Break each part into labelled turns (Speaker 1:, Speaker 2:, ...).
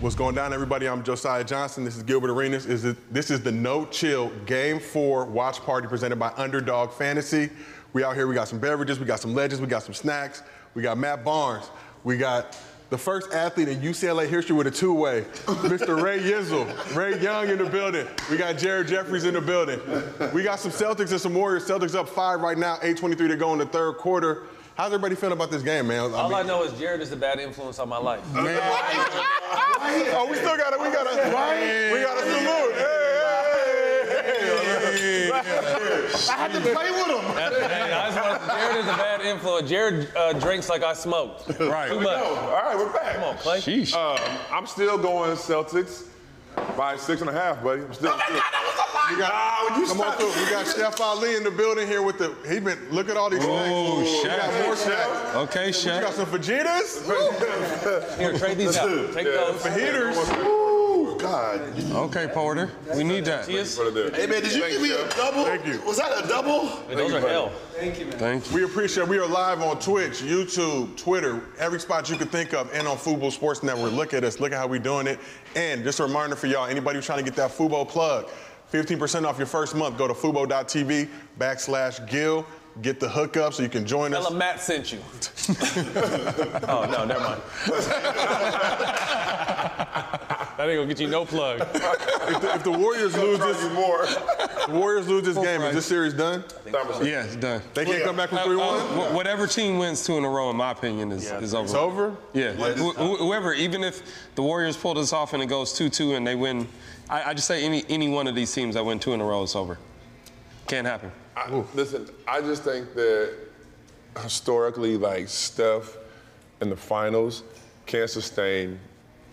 Speaker 1: What's going down, everybody? I'm Josiah Johnson. This is Gilbert Arenas. Is it- This is the No Chill Game 4 Watch Party presented by Underdog Fantasy. We out here, we got some beverages, we got some legends, we got some snacks, we got Matt Barnes, we got the first athlete in UCLA history with a two-way, Mr. Ray Yizzle, Ray Young in the building. We got Jared Jeffries in the building. We got some Celtics and some Warriors. Celtics up five right now, 8.23 to go in the third quarter. How's everybody feeling about this game, man?
Speaker 2: All I know is Jared is a bad influence on my life.
Speaker 1: Oh, we still got it. We got to. We got to salute. Hey, hey, hey.
Speaker 3: I had to play with him.
Speaker 2: That's- hey, I just want- Jared is a bad influence. Jared uh, drinks like I smoked.
Speaker 1: Right.
Speaker 2: Too
Speaker 4: All
Speaker 2: much.
Speaker 4: right, we're back.
Speaker 2: Come on, Clay.
Speaker 4: Um, I'm still going Celtics by six and a half, buddy. I'm
Speaker 3: Oh
Speaker 4: still.
Speaker 1: We got, come on through. We got Chef Ali in the building here with the. He been look at all these
Speaker 5: Oh,
Speaker 1: snacks. We
Speaker 5: Chef.
Speaker 1: got more snacks.
Speaker 5: Okay,
Speaker 1: We
Speaker 5: Shaq.
Speaker 1: got some fajitas.
Speaker 2: Here, trade these out. Take those.
Speaker 1: Fajitas.
Speaker 4: Ooh, God.
Speaker 5: Okay, Porter. We need that.
Speaker 2: Tortillas.
Speaker 3: Hey man, did you
Speaker 4: Thanks,
Speaker 3: give me a
Speaker 4: Jeff.
Speaker 3: double?
Speaker 1: Thank you.
Speaker 3: Was that a double?
Speaker 2: Those are hell.
Speaker 5: Thank you.
Speaker 1: We appreciate. We are live on Twitch, YouTube, Twitter, every spot you could think of, and on Fubo Sports Network. Look at us. Look at how we doing it. And just a reminder for y'all, anybody who's trying to get that Fubo plug, 15% off your first month. Go to fubo.tv backslash Gil. Get the hookup so you can join us.
Speaker 2: Tell him Matt sent you. oh, no, never mind. that ain't gonna get you no plug.
Speaker 1: If the, if the Warriors lose this,
Speaker 4: Loses more.
Speaker 1: the Warriors lose this game, is this series done?
Speaker 5: Yeah, it's done.
Speaker 1: They can't come back from
Speaker 5: Uh,
Speaker 1: 3-1.
Speaker 5: uh, wh- whatever team wins two in a row, in my opinion, is, is over.
Speaker 1: It's over?
Speaker 5: Yeah. Wh- wh- whoever, even if the Warriors pull this off and it goes 2-2 and they win, I, I just say any any one of these teams that win two in a row is over. Can't happen.
Speaker 4: I, listen, I just think that historically, like Steph in the finals can't sustain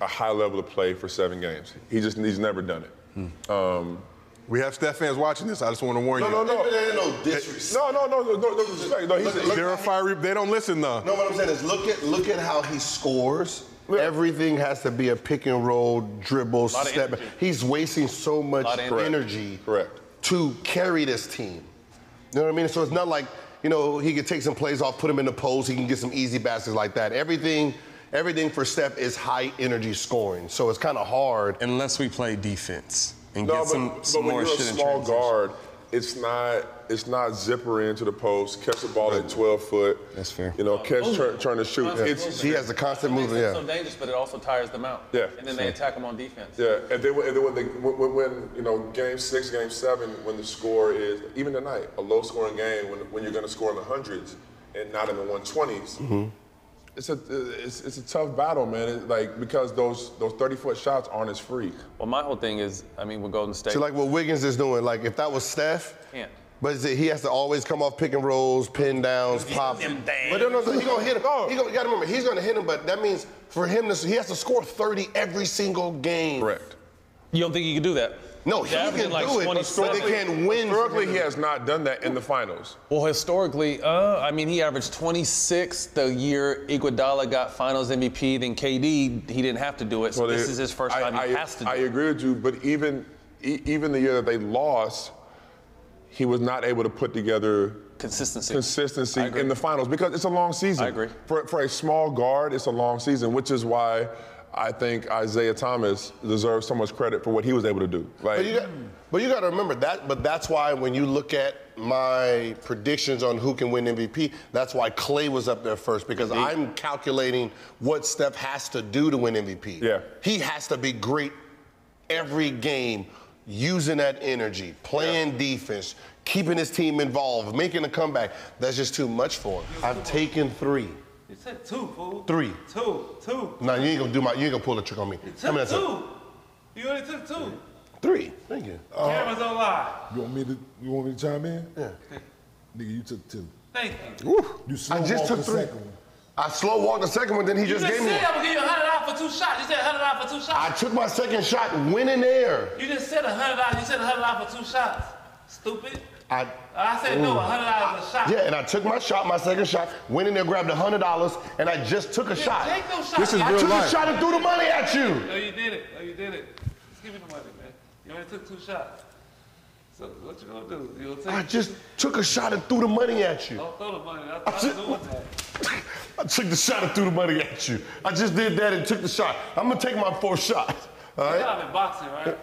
Speaker 4: a high level of play for seven games. He just he's never done it. Um,
Speaker 1: We have Steph fans watching this. I just want to warn
Speaker 4: no,
Speaker 1: you.
Speaker 4: no, no.
Speaker 3: There ain't no disrespect.
Speaker 4: No, no, no, no, no, no respect. No, he's,
Speaker 1: They're a fiery. They don't listen though.
Speaker 3: No, what I'm saying is look at look at how he scores. Everything has to be a pick and roll, dribble,
Speaker 2: Lot of
Speaker 3: step.
Speaker 2: energy.
Speaker 3: He's wasting so much
Speaker 2: Lot of energy.
Speaker 3: energy
Speaker 4: Correct.
Speaker 3: to carry this team. You know what I mean? So it's not like, you know, he could take some plays off, put him in the post, he can get some easy baskets like that. Everything everything for Steph is high energy scoring. So it's kind of hard.
Speaker 5: Unless we play defense and
Speaker 4: No,
Speaker 5: get
Speaker 4: but,
Speaker 5: some,
Speaker 4: but
Speaker 5: some
Speaker 4: when
Speaker 5: more
Speaker 4: you're
Speaker 5: shit
Speaker 4: a
Speaker 5: in
Speaker 4: small
Speaker 5: transition.
Speaker 4: guard, it's not it's not zipper into the post, catch the ball at 12 foot.
Speaker 5: That's fair.
Speaker 4: You know, catch, turn, turn to shoot. It's
Speaker 3: He has the constant
Speaker 2: Makes
Speaker 3: movement,
Speaker 2: them
Speaker 3: yeah.
Speaker 2: so dangerous, but it also tires them out.
Speaker 4: Yeah.
Speaker 2: And then they attack them on defense.
Speaker 4: yeah, and then, when- and then when, they, when, when- when you know game six, game seven, when the score is even tonight a low scoring game, when, when you're going to score in the hundreds and not in the 120s, it's a it's, it's a tough battle, man. It, like because those those 30 foot shots aren't as free.
Speaker 2: Well, my whole thing is, I mean, with Golden State,
Speaker 3: See, like what Wiggins is doing, like if that was Steph,
Speaker 2: can't.
Speaker 3: but is it- he has to always come off pick and rolls, pin downs, pop.
Speaker 2: them down.
Speaker 3: But no, no, so he gonna hit him. He gonna, you gotta remember, he's gonna hit him, but that means for him to, he has to score 30 every single game.
Speaker 4: Correct.
Speaker 2: You don't think you can do that?
Speaker 3: No, he
Speaker 2: They're
Speaker 3: can
Speaker 2: averaging like
Speaker 3: do it, but
Speaker 2: 27.
Speaker 3: they can't win.
Speaker 4: Historically, he has not done that in the finals.
Speaker 2: Well, historically, uh, I mean, he averaged 26 the year Iguodala got Finals MVP. Then KD, he didn't have to do it. So
Speaker 4: Well,
Speaker 2: this
Speaker 4: they-
Speaker 2: is his first
Speaker 4: I-
Speaker 2: time he
Speaker 4: I,
Speaker 2: has to do
Speaker 4: I
Speaker 2: it.
Speaker 4: agree with you, but even e- even the year that they lost, he was not able to put together
Speaker 2: Consistency.
Speaker 4: consistency
Speaker 2: I agree.
Speaker 4: in the finals because it's a long season.
Speaker 2: I agree.
Speaker 4: For, for a small guard, it's a long season, which is why I think Isaiah Thomas deserves so much credit for what he was able to do. Like,
Speaker 3: But you, got, but you got to remember that. But that's why when you look at my predictions on who can win MVP, that's why Clay was up there first because I'm calculating what Steph has to do to win MVP.
Speaker 4: Yeah.
Speaker 3: he has to be great every game, using that energy, playing defense, keeping his team involved, making a comeback. That's just too much for him. I've taken three.
Speaker 6: You said two, fool.
Speaker 3: Three.
Speaker 6: Two, two.
Speaker 3: Nah, you ain't gonna do my. You ain't gonna pull a trick on me. How many
Speaker 6: Took
Speaker 3: that's a-
Speaker 6: two. You only took two.
Speaker 3: Three. Thank you.
Speaker 6: Cameras don't lie.
Speaker 7: You want me to? You want me to chime in?
Speaker 3: Yeah.
Speaker 7: Nigga, you took two.
Speaker 6: Thank you.
Speaker 7: You slow
Speaker 3: I just
Speaker 7: walked
Speaker 3: took
Speaker 7: the
Speaker 3: three.
Speaker 7: second one.
Speaker 3: I slow walked the second one, then he
Speaker 6: You
Speaker 3: just
Speaker 6: just
Speaker 3: gave me
Speaker 6: said
Speaker 3: one.
Speaker 6: I'm gonna give you a hundred dollars for two shots. You said a hundred dollars for two
Speaker 3: I
Speaker 6: shots.
Speaker 3: took my second shot, went in there.
Speaker 6: you just said a hundred dollars. You said a hundred dollars for two shots. Stupid.
Speaker 3: I,
Speaker 6: I said no, a hundred dollars a shot.
Speaker 3: yeah, and I took my shot, my second shot, went in there, grabbed a hundred dollars, and I just took a
Speaker 6: Didn't
Speaker 3: shot.
Speaker 6: take no shot.
Speaker 3: This is
Speaker 6: I
Speaker 3: real
Speaker 6: took a
Speaker 3: life. shot and threw the money at you.
Speaker 6: No, you did it. No, you did it. Just give me the money, man. You only took two shots. So what you gonna do? You gonna take?
Speaker 3: I just took a shot and threw the money at you.
Speaker 6: don't throw the money. I,
Speaker 3: I
Speaker 6: I'm
Speaker 3: took-
Speaker 6: doing that.
Speaker 3: I took the shot and threw the money at you. I just did that and took the shot. I'm gonna take my fourth shot. All
Speaker 6: You're
Speaker 3: right.
Speaker 6: not in boxing, right?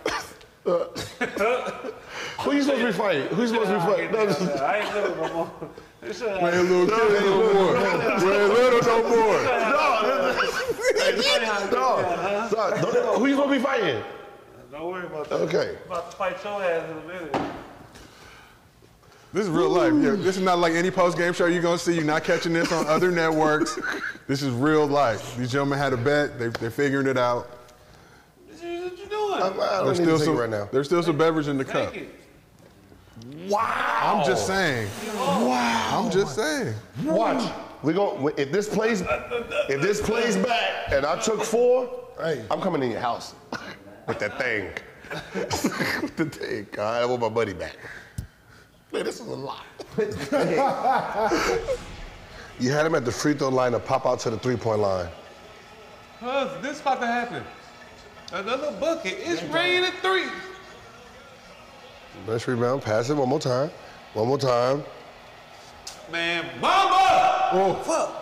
Speaker 3: Who you supposed to be fighting? Who you supposed to be
Speaker 6: I
Speaker 3: fighting?
Speaker 6: ain't
Speaker 3: No, this is-
Speaker 6: doing that. I ain't doing no more. This shit
Speaker 1: Hey, little kid, ain't no more. Hey, little no more.
Speaker 3: No, this is- no, Sorry, don't ever- Who you gonna be fighting?
Speaker 6: Don't worry about that.
Speaker 3: Okay.
Speaker 6: I'm about to fight your ass in a minute.
Speaker 1: This is real life. Yeah, this is not like any post game show you're gonna see. You're not catching this on other networks. This is real life. These gentlemen had a bet. They, they're figuring it out.
Speaker 6: What you, what you doing?
Speaker 3: I'm, I don't
Speaker 1: There's
Speaker 3: need
Speaker 1: still
Speaker 3: to take
Speaker 1: some.
Speaker 3: it right now.
Speaker 1: There's still some beverage in the
Speaker 6: Take
Speaker 1: cup.
Speaker 6: it.
Speaker 3: Wow.
Speaker 1: I'm just saying. Wow.
Speaker 3: Oh
Speaker 1: I'm just saying.
Speaker 3: Watch. We going if this plays if this plays back and I took four,
Speaker 7: Hey.
Speaker 3: I'm coming in your house with that thing. with the thing. I want my money back. Man, this is a lot. you had him at the free throw line to pop out to the three point line.
Speaker 5: Cuz, this about to happen.
Speaker 6: Another bucket. It's raining three.
Speaker 3: Let's rebound, pass it one more time. One more time.
Speaker 6: Man, mama!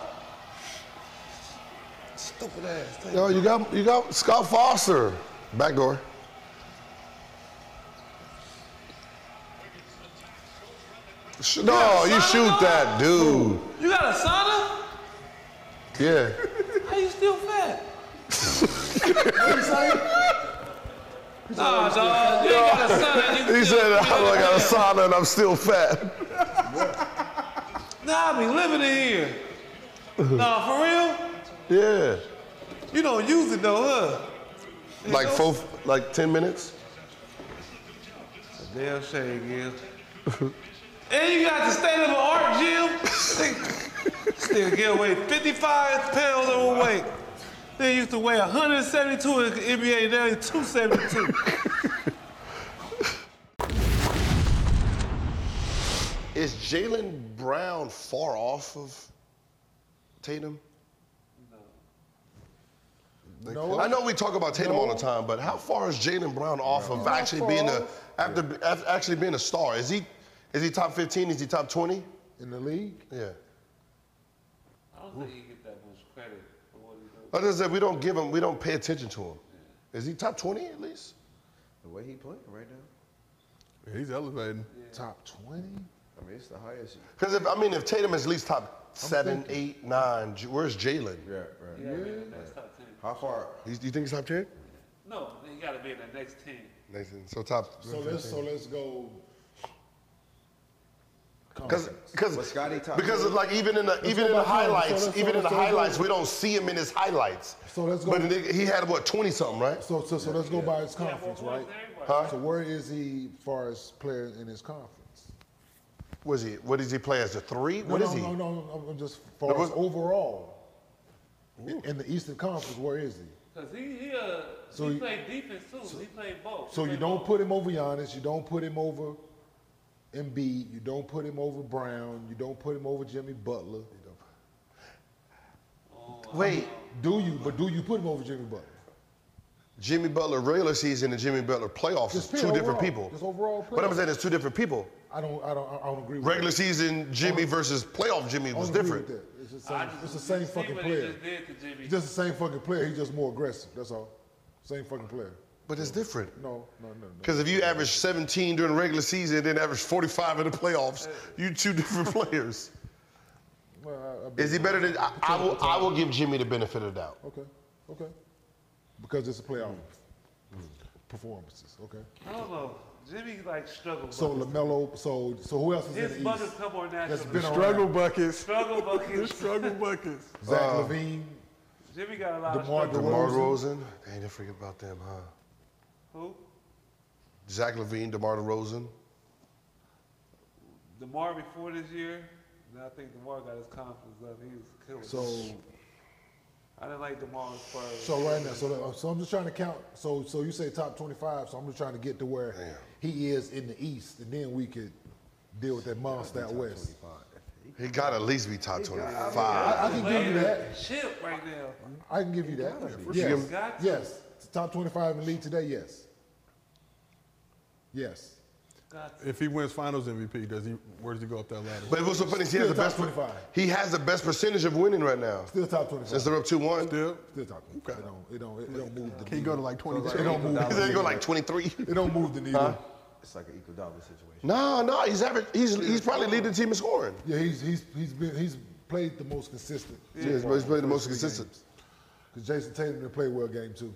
Speaker 3: Yo, you got you got Scott Foster. Back door. Sh- No, you shoot that, dude.
Speaker 6: You got a sauna?
Speaker 3: Yeah.
Speaker 6: How you still fat? Nah, dog. You ain't got a sauna. You
Speaker 3: He
Speaker 6: still-
Speaker 3: said, I look got a sauna and I'm still fat.
Speaker 6: Nah, I be living in here. nah, for real?
Speaker 3: Yeah.
Speaker 6: You don't use it though, huh?
Speaker 3: Like four, like 10 minutes?
Speaker 6: Damn shame, Gil. and you got the state of the art gym. Still get away 55 pounds overweight. They used to weigh 172 in the NBA, now it's 272.
Speaker 3: Is Jalen Brown far off of Tatum?
Speaker 7: No.
Speaker 3: I know we talk about Tatum all the time, but how far is Jalen Brown off of actually being a after af- actually being a star? Is he is he top 15? Is he top 20?
Speaker 7: In the league?
Speaker 3: Yeah.
Speaker 6: I don't think you get that much credit for what he does.
Speaker 3: Like I said, we don't give him, we don't pay attention to him. Is he top 20 at least?
Speaker 8: The way he playing right now.
Speaker 1: He's elevating.
Speaker 7: Top 20?
Speaker 8: I mean, it's the highest.
Speaker 3: Because if I mean, if Tatum is at least top seven, eight, nine, J- where's Jalen?
Speaker 8: Yeah, right.
Speaker 6: That's top 10.
Speaker 8: How far?
Speaker 3: He's- Do you think he's top 10?
Speaker 6: No, you gotta be in the next 10.
Speaker 3: Nathan, so top.
Speaker 7: So let's so let's go.
Speaker 3: Because because
Speaker 8: Was Scotty top
Speaker 3: because
Speaker 8: three?
Speaker 3: like even in the
Speaker 7: go
Speaker 3: even in the
Speaker 7: by time. So
Speaker 3: highlights,
Speaker 7: let's- so
Speaker 3: even in
Speaker 7: let's-
Speaker 3: the
Speaker 7: so let's go-
Speaker 3: highlights, we don't see him in his highlights.
Speaker 7: So let's go-
Speaker 3: But nigga, he had what 20 something, right?
Speaker 7: So so, so let's go by his conference,
Speaker 6: Well,
Speaker 7: right?
Speaker 6: everybody-
Speaker 7: So where is he far as player in his conference?
Speaker 3: Was he? What does he play as a three?
Speaker 7: No,
Speaker 3: What is
Speaker 7: no,
Speaker 3: he?
Speaker 7: no, no, no, I'm just far
Speaker 3: No,
Speaker 7: as
Speaker 3: but-
Speaker 7: overall. In the Eastern Conference, where is he?
Speaker 6: Cause he he, uh,
Speaker 7: So
Speaker 6: he
Speaker 7: you-
Speaker 6: played defense too. he played both.
Speaker 7: So
Speaker 6: He
Speaker 7: you
Speaker 6: played
Speaker 7: don't
Speaker 6: both.
Speaker 7: put him over Giannis, you don't put him over Embiid, you don't put him over Brown, you don't put him over Jimmy Butler.
Speaker 3: Wait,
Speaker 7: Do you? But do you put him over Jimmy Butler?
Speaker 3: Jimmy Butler regular season and Jimmy Butler playoffs is
Speaker 7: Just
Speaker 3: two
Speaker 7: pure
Speaker 3: different
Speaker 7: overall.
Speaker 3: people.
Speaker 7: Just overall
Speaker 3: But I'm
Speaker 7: playoffs.
Speaker 3: saying it's two different people.
Speaker 7: I don't, I don't, I don't agree. with
Speaker 3: Regular
Speaker 7: that.
Speaker 3: season Jimmy versus playoff Jimmy
Speaker 7: I don't
Speaker 3: was
Speaker 7: agree
Speaker 3: different.
Speaker 7: with that. It's the
Speaker 6: I
Speaker 7: same,
Speaker 6: just-
Speaker 7: it's the
Speaker 6: you
Speaker 7: same
Speaker 6: see
Speaker 7: fucking
Speaker 6: what
Speaker 7: player.
Speaker 6: He just did to Jimmy.
Speaker 7: He's just the same fucking player. He's just more aggressive. That's all. Same fucking player.
Speaker 3: But it's different.
Speaker 7: No, no, no, no.
Speaker 3: Because if you average 17 during the regular season and then average 45 in the playoffs, you two different players.
Speaker 7: Well, I- I-
Speaker 3: Is he better than I, I will? I will give Jimmy the benefit of the doubt.
Speaker 7: Okay,
Speaker 3: Mm.
Speaker 7: okay. Because it's a playoff performances. Okay.
Speaker 6: I don't know. Jimmy like struggled.
Speaker 7: So Lamelo. So so who else is
Speaker 6: His
Speaker 7: in the
Speaker 6: buckets
Speaker 7: East?
Speaker 6: come on
Speaker 7: That's
Speaker 6: naturally.
Speaker 7: been
Speaker 1: Struggle
Speaker 7: around.
Speaker 1: buckets.
Speaker 6: Struggle
Speaker 1: The
Speaker 6: buckets.
Speaker 1: struggle buckets.
Speaker 7: Zach Levine,
Speaker 6: Jimmy got a lot of
Speaker 7: DeMar
Speaker 6: struggle.
Speaker 3: DeMar
Speaker 7: DeRozan.
Speaker 3: Rosen. Dang, didn't forget about them, huh?
Speaker 6: Who?
Speaker 3: Zach Levine, DeMar DeRozan.
Speaker 6: DeMar before this year. And I think DeMar got his confidence up. He was killing.
Speaker 7: So
Speaker 6: I didn't like DeMar's first.
Speaker 7: so right now. So that- so I'm just trying to count. So so you say top 25. So I'm just trying to get to where he is in the East, and then we could deal with that monster out west.
Speaker 3: He got to at least be top 25.
Speaker 7: I, I can give you that.
Speaker 6: Chip right now.
Speaker 7: I can give you that.
Speaker 3: sure.
Speaker 7: Yes.
Speaker 6: Got to.
Speaker 7: yes. Top 25 in the league today, yes. Yes.
Speaker 6: Got to.
Speaker 1: If he wins Finals MVP, does he? Where does he go up that ladder?
Speaker 3: But what's so funny is he has
Speaker 7: Still
Speaker 3: the best.
Speaker 7: top 25.
Speaker 3: He has the best percentage of winning right now.
Speaker 7: Still top 25.
Speaker 3: Since they're up 2-1.
Speaker 1: Still,
Speaker 7: Still top 25. It don't, it don't, it don't move the
Speaker 1: can he go to like 22?
Speaker 7: It don't move the
Speaker 3: They
Speaker 7: needle.
Speaker 3: go like 23.
Speaker 7: It don't move the needle.
Speaker 8: It's like an equal dollar situation.
Speaker 3: No, no, he's average. He's he's probably leading the team in scoring.
Speaker 7: Yeah, he's, he's, he's, been, he's played the most consistent.
Speaker 3: Yeah, he's played the most consistent.
Speaker 7: Because Jason Tatum didn't play well game two.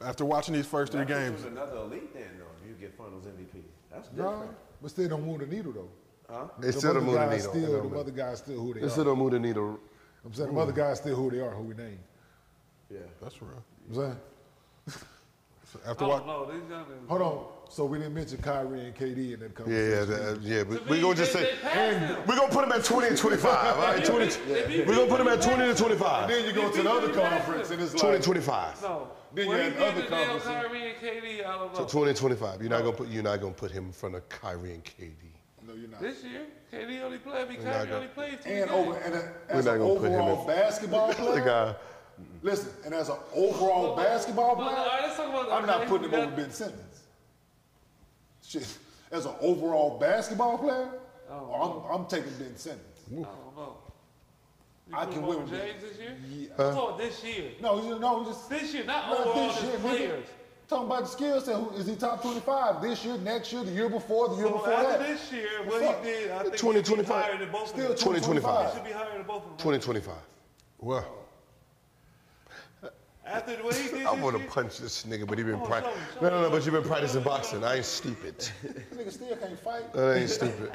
Speaker 1: After watching these first three games,
Speaker 8: was another elite then, though. You get Finals MVP. That's different.
Speaker 7: No, but still don't move the needle, though.
Speaker 3: They
Speaker 7: The
Speaker 3: still don't
Speaker 7: other
Speaker 3: move the
Speaker 7: guys
Speaker 3: needle.
Speaker 7: Still,
Speaker 3: They don't
Speaker 7: the
Speaker 3: move-
Speaker 7: other guys still who they
Speaker 3: They
Speaker 7: are.
Speaker 3: still don't move the needle.
Speaker 7: I'm saying the other guys still who they are, who we named.
Speaker 8: Yeah.
Speaker 1: that's real.
Speaker 7: I'm saying?
Speaker 1: After
Speaker 6: I don't
Speaker 1: watching,
Speaker 6: know. These young niggas-
Speaker 7: Hold on. So we didn't mention Kyrie and KD in that
Speaker 3: Yeah,
Speaker 7: conversation.
Speaker 3: yeah, that- uh, yeah. We,
Speaker 6: To
Speaker 3: we
Speaker 6: me,
Speaker 3: gonna just
Speaker 6: they-
Speaker 3: say
Speaker 6: they passed him.
Speaker 3: we're gonna put him at 20 and 25. All right, 20.
Speaker 6: If you-
Speaker 3: We're gonna put him at 20 to
Speaker 7: And
Speaker 3: 25.
Speaker 7: then you go to the other conference and it's like
Speaker 3: 20 and 25.
Speaker 6: No.
Speaker 7: Then
Speaker 6: When
Speaker 7: you
Speaker 6: he
Speaker 7: had
Speaker 6: did
Speaker 7: other
Speaker 6: the deal,
Speaker 7: conferences.
Speaker 6: Kyrie and KD, I don't
Speaker 3: So
Speaker 6: know.
Speaker 3: 20 and 25. You're not gonna put you're not gonna put him in front of Kyrie and KD.
Speaker 7: No, you're not.
Speaker 6: This year, KD only played. I mean,
Speaker 3: not
Speaker 6: Kyrie
Speaker 3: gonna-
Speaker 6: only played two
Speaker 7: And
Speaker 6: games.
Speaker 7: over and a, as
Speaker 3: not
Speaker 7: an
Speaker 3: gonna put him in- uh,
Speaker 7: overall basketball
Speaker 3: The
Speaker 7: player,
Speaker 3: guy.
Speaker 7: listen, and as an overall basketball
Speaker 6: Well,
Speaker 7: player,
Speaker 6: all right, let's talk about-
Speaker 7: I'm not
Speaker 6: okay,
Speaker 7: putting him
Speaker 6: we
Speaker 7: over
Speaker 6: got-
Speaker 7: Ben Simmons. Shit, as an overall basketball player, I'm, I'm taking Ben Simmons.
Speaker 6: I don't know. You
Speaker 7: I
Speaker 6: put
Speaker 7: can
Speaker 6: him over
Speaker 7: win with
Speaker 6: James this year. Yeah. this year.
Speaker 7: No, you know, just
Speaker 6: This year, not
Speaker 7: not
Speaker 6: overall,
Speaker 7: this
Speaker 6: just
Speaker 7: year. nigga.
Speaker 6: players.
Speaker 7: Talking about the skill set, who, is he top 25 this year, next year, the year before, the year
Speaker 6: So
Speaker 7: before
Speaker 6: after
Speaker 7: that?
Speaker 6: this year,
Speaker 7: What's
Speaker 6: what
Speaker 7: up?
Speaker 6: he did, I think
Speaker 3: 20,
Speaker 6: he should be
Speaker 3: 25.
Speaker 6: higher than both
Speaker 7: Still
Speaker 6: of them.
Speaker 3: 20,
Speaker 7: 25.
Speaker 6: He should be higher than both of them.
Speaker 3: 20 25.
Speaker 1: well,
Speaker 6: After what he did this
Speaker 3: I want
Speaker 6: year,
Speaker 3: to punch this nigga, but he been
Speaker 6: on,
Speaker 3: practicing.
Speaker 6: show me, show me,
Speaker 3: No, no, no,
Speaker 6: show
Speaker 3: but you've been
Speaker 6: me.
Speaker 3: practicing boxing. I ain't stupid.
Speaker 7: Nigga still can't fight.
Speaker 3: That ain't stupid.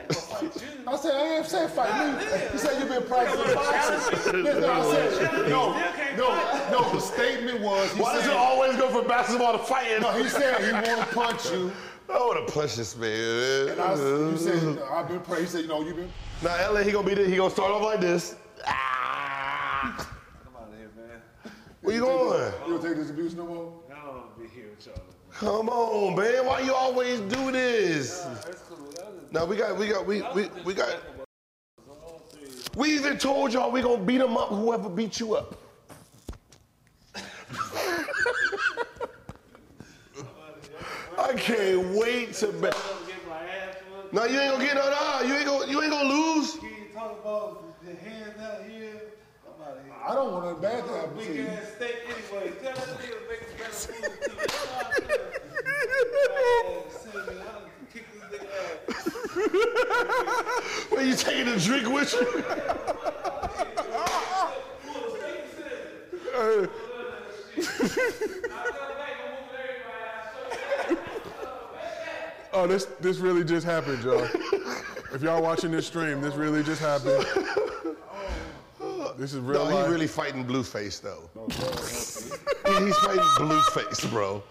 Speaker 7: I said, I ain't saying fight me. You said you've been practicing boxing. That's what I said. No, no, no. The statement was, he
Speaker 3: Why does it
Speaker 7: said,
Speaker 3: always go from basketball to fighting?
Speaker 7: no, he said he won't punch you.
Speaker 3: I want to punch this man.
Speaker 7: And I, you said, no, I've been practicing. He said, you know, you've been.
Speaker 3: now, LA, he gonna be there. He gonna start off like this. Ah.
Speaker 6: Come out of here, man.
Speaker 3: Where you going?
Speaker 7: You don't take this abuse no more?
Speaker 6: I don't want to be here with y'all.
Speaker 3: Come on, man. Why you always do this?
Speaker 6: That's cool. That was-
Speaker 3: Now we got, we got, we we, we got.
Speaker 6: all three.
Speaker 3: We even told y'all we gonna beat him up. Whoever beat you up. I can't wait to bet.
Speaker 6: I'm gonna get my ass whooped.
Speaker 3: No, you ain't gonna get no. Nah, you ain't gonna. You ain't gonna lose.
Speaker 6: You ain't talking about the hands out here. I'm out of here.
Speaker 7: I don't want a bad thing to happen to
Speaker 6: Big
Speaker 7: you.
Speaker 6: ass steak anyway. Tell that nigga to make a better food too. That's all I'm saying. Man, send me out and kick this nigga ass.
Speaker 3: Where you taking a drink with you?
Speaker 6: Pull the steak and send it. I'll come back and whoop everybody. I swear.
Speaker 1: oh, this this really just happened, y'all. if y'all watching this stream, this really just happened. This is real
Speaker 3: No,
Speaker 1: life.
Speaker 3: he really fighting Blueface though. Yeah, he's fighting Blueface, bro.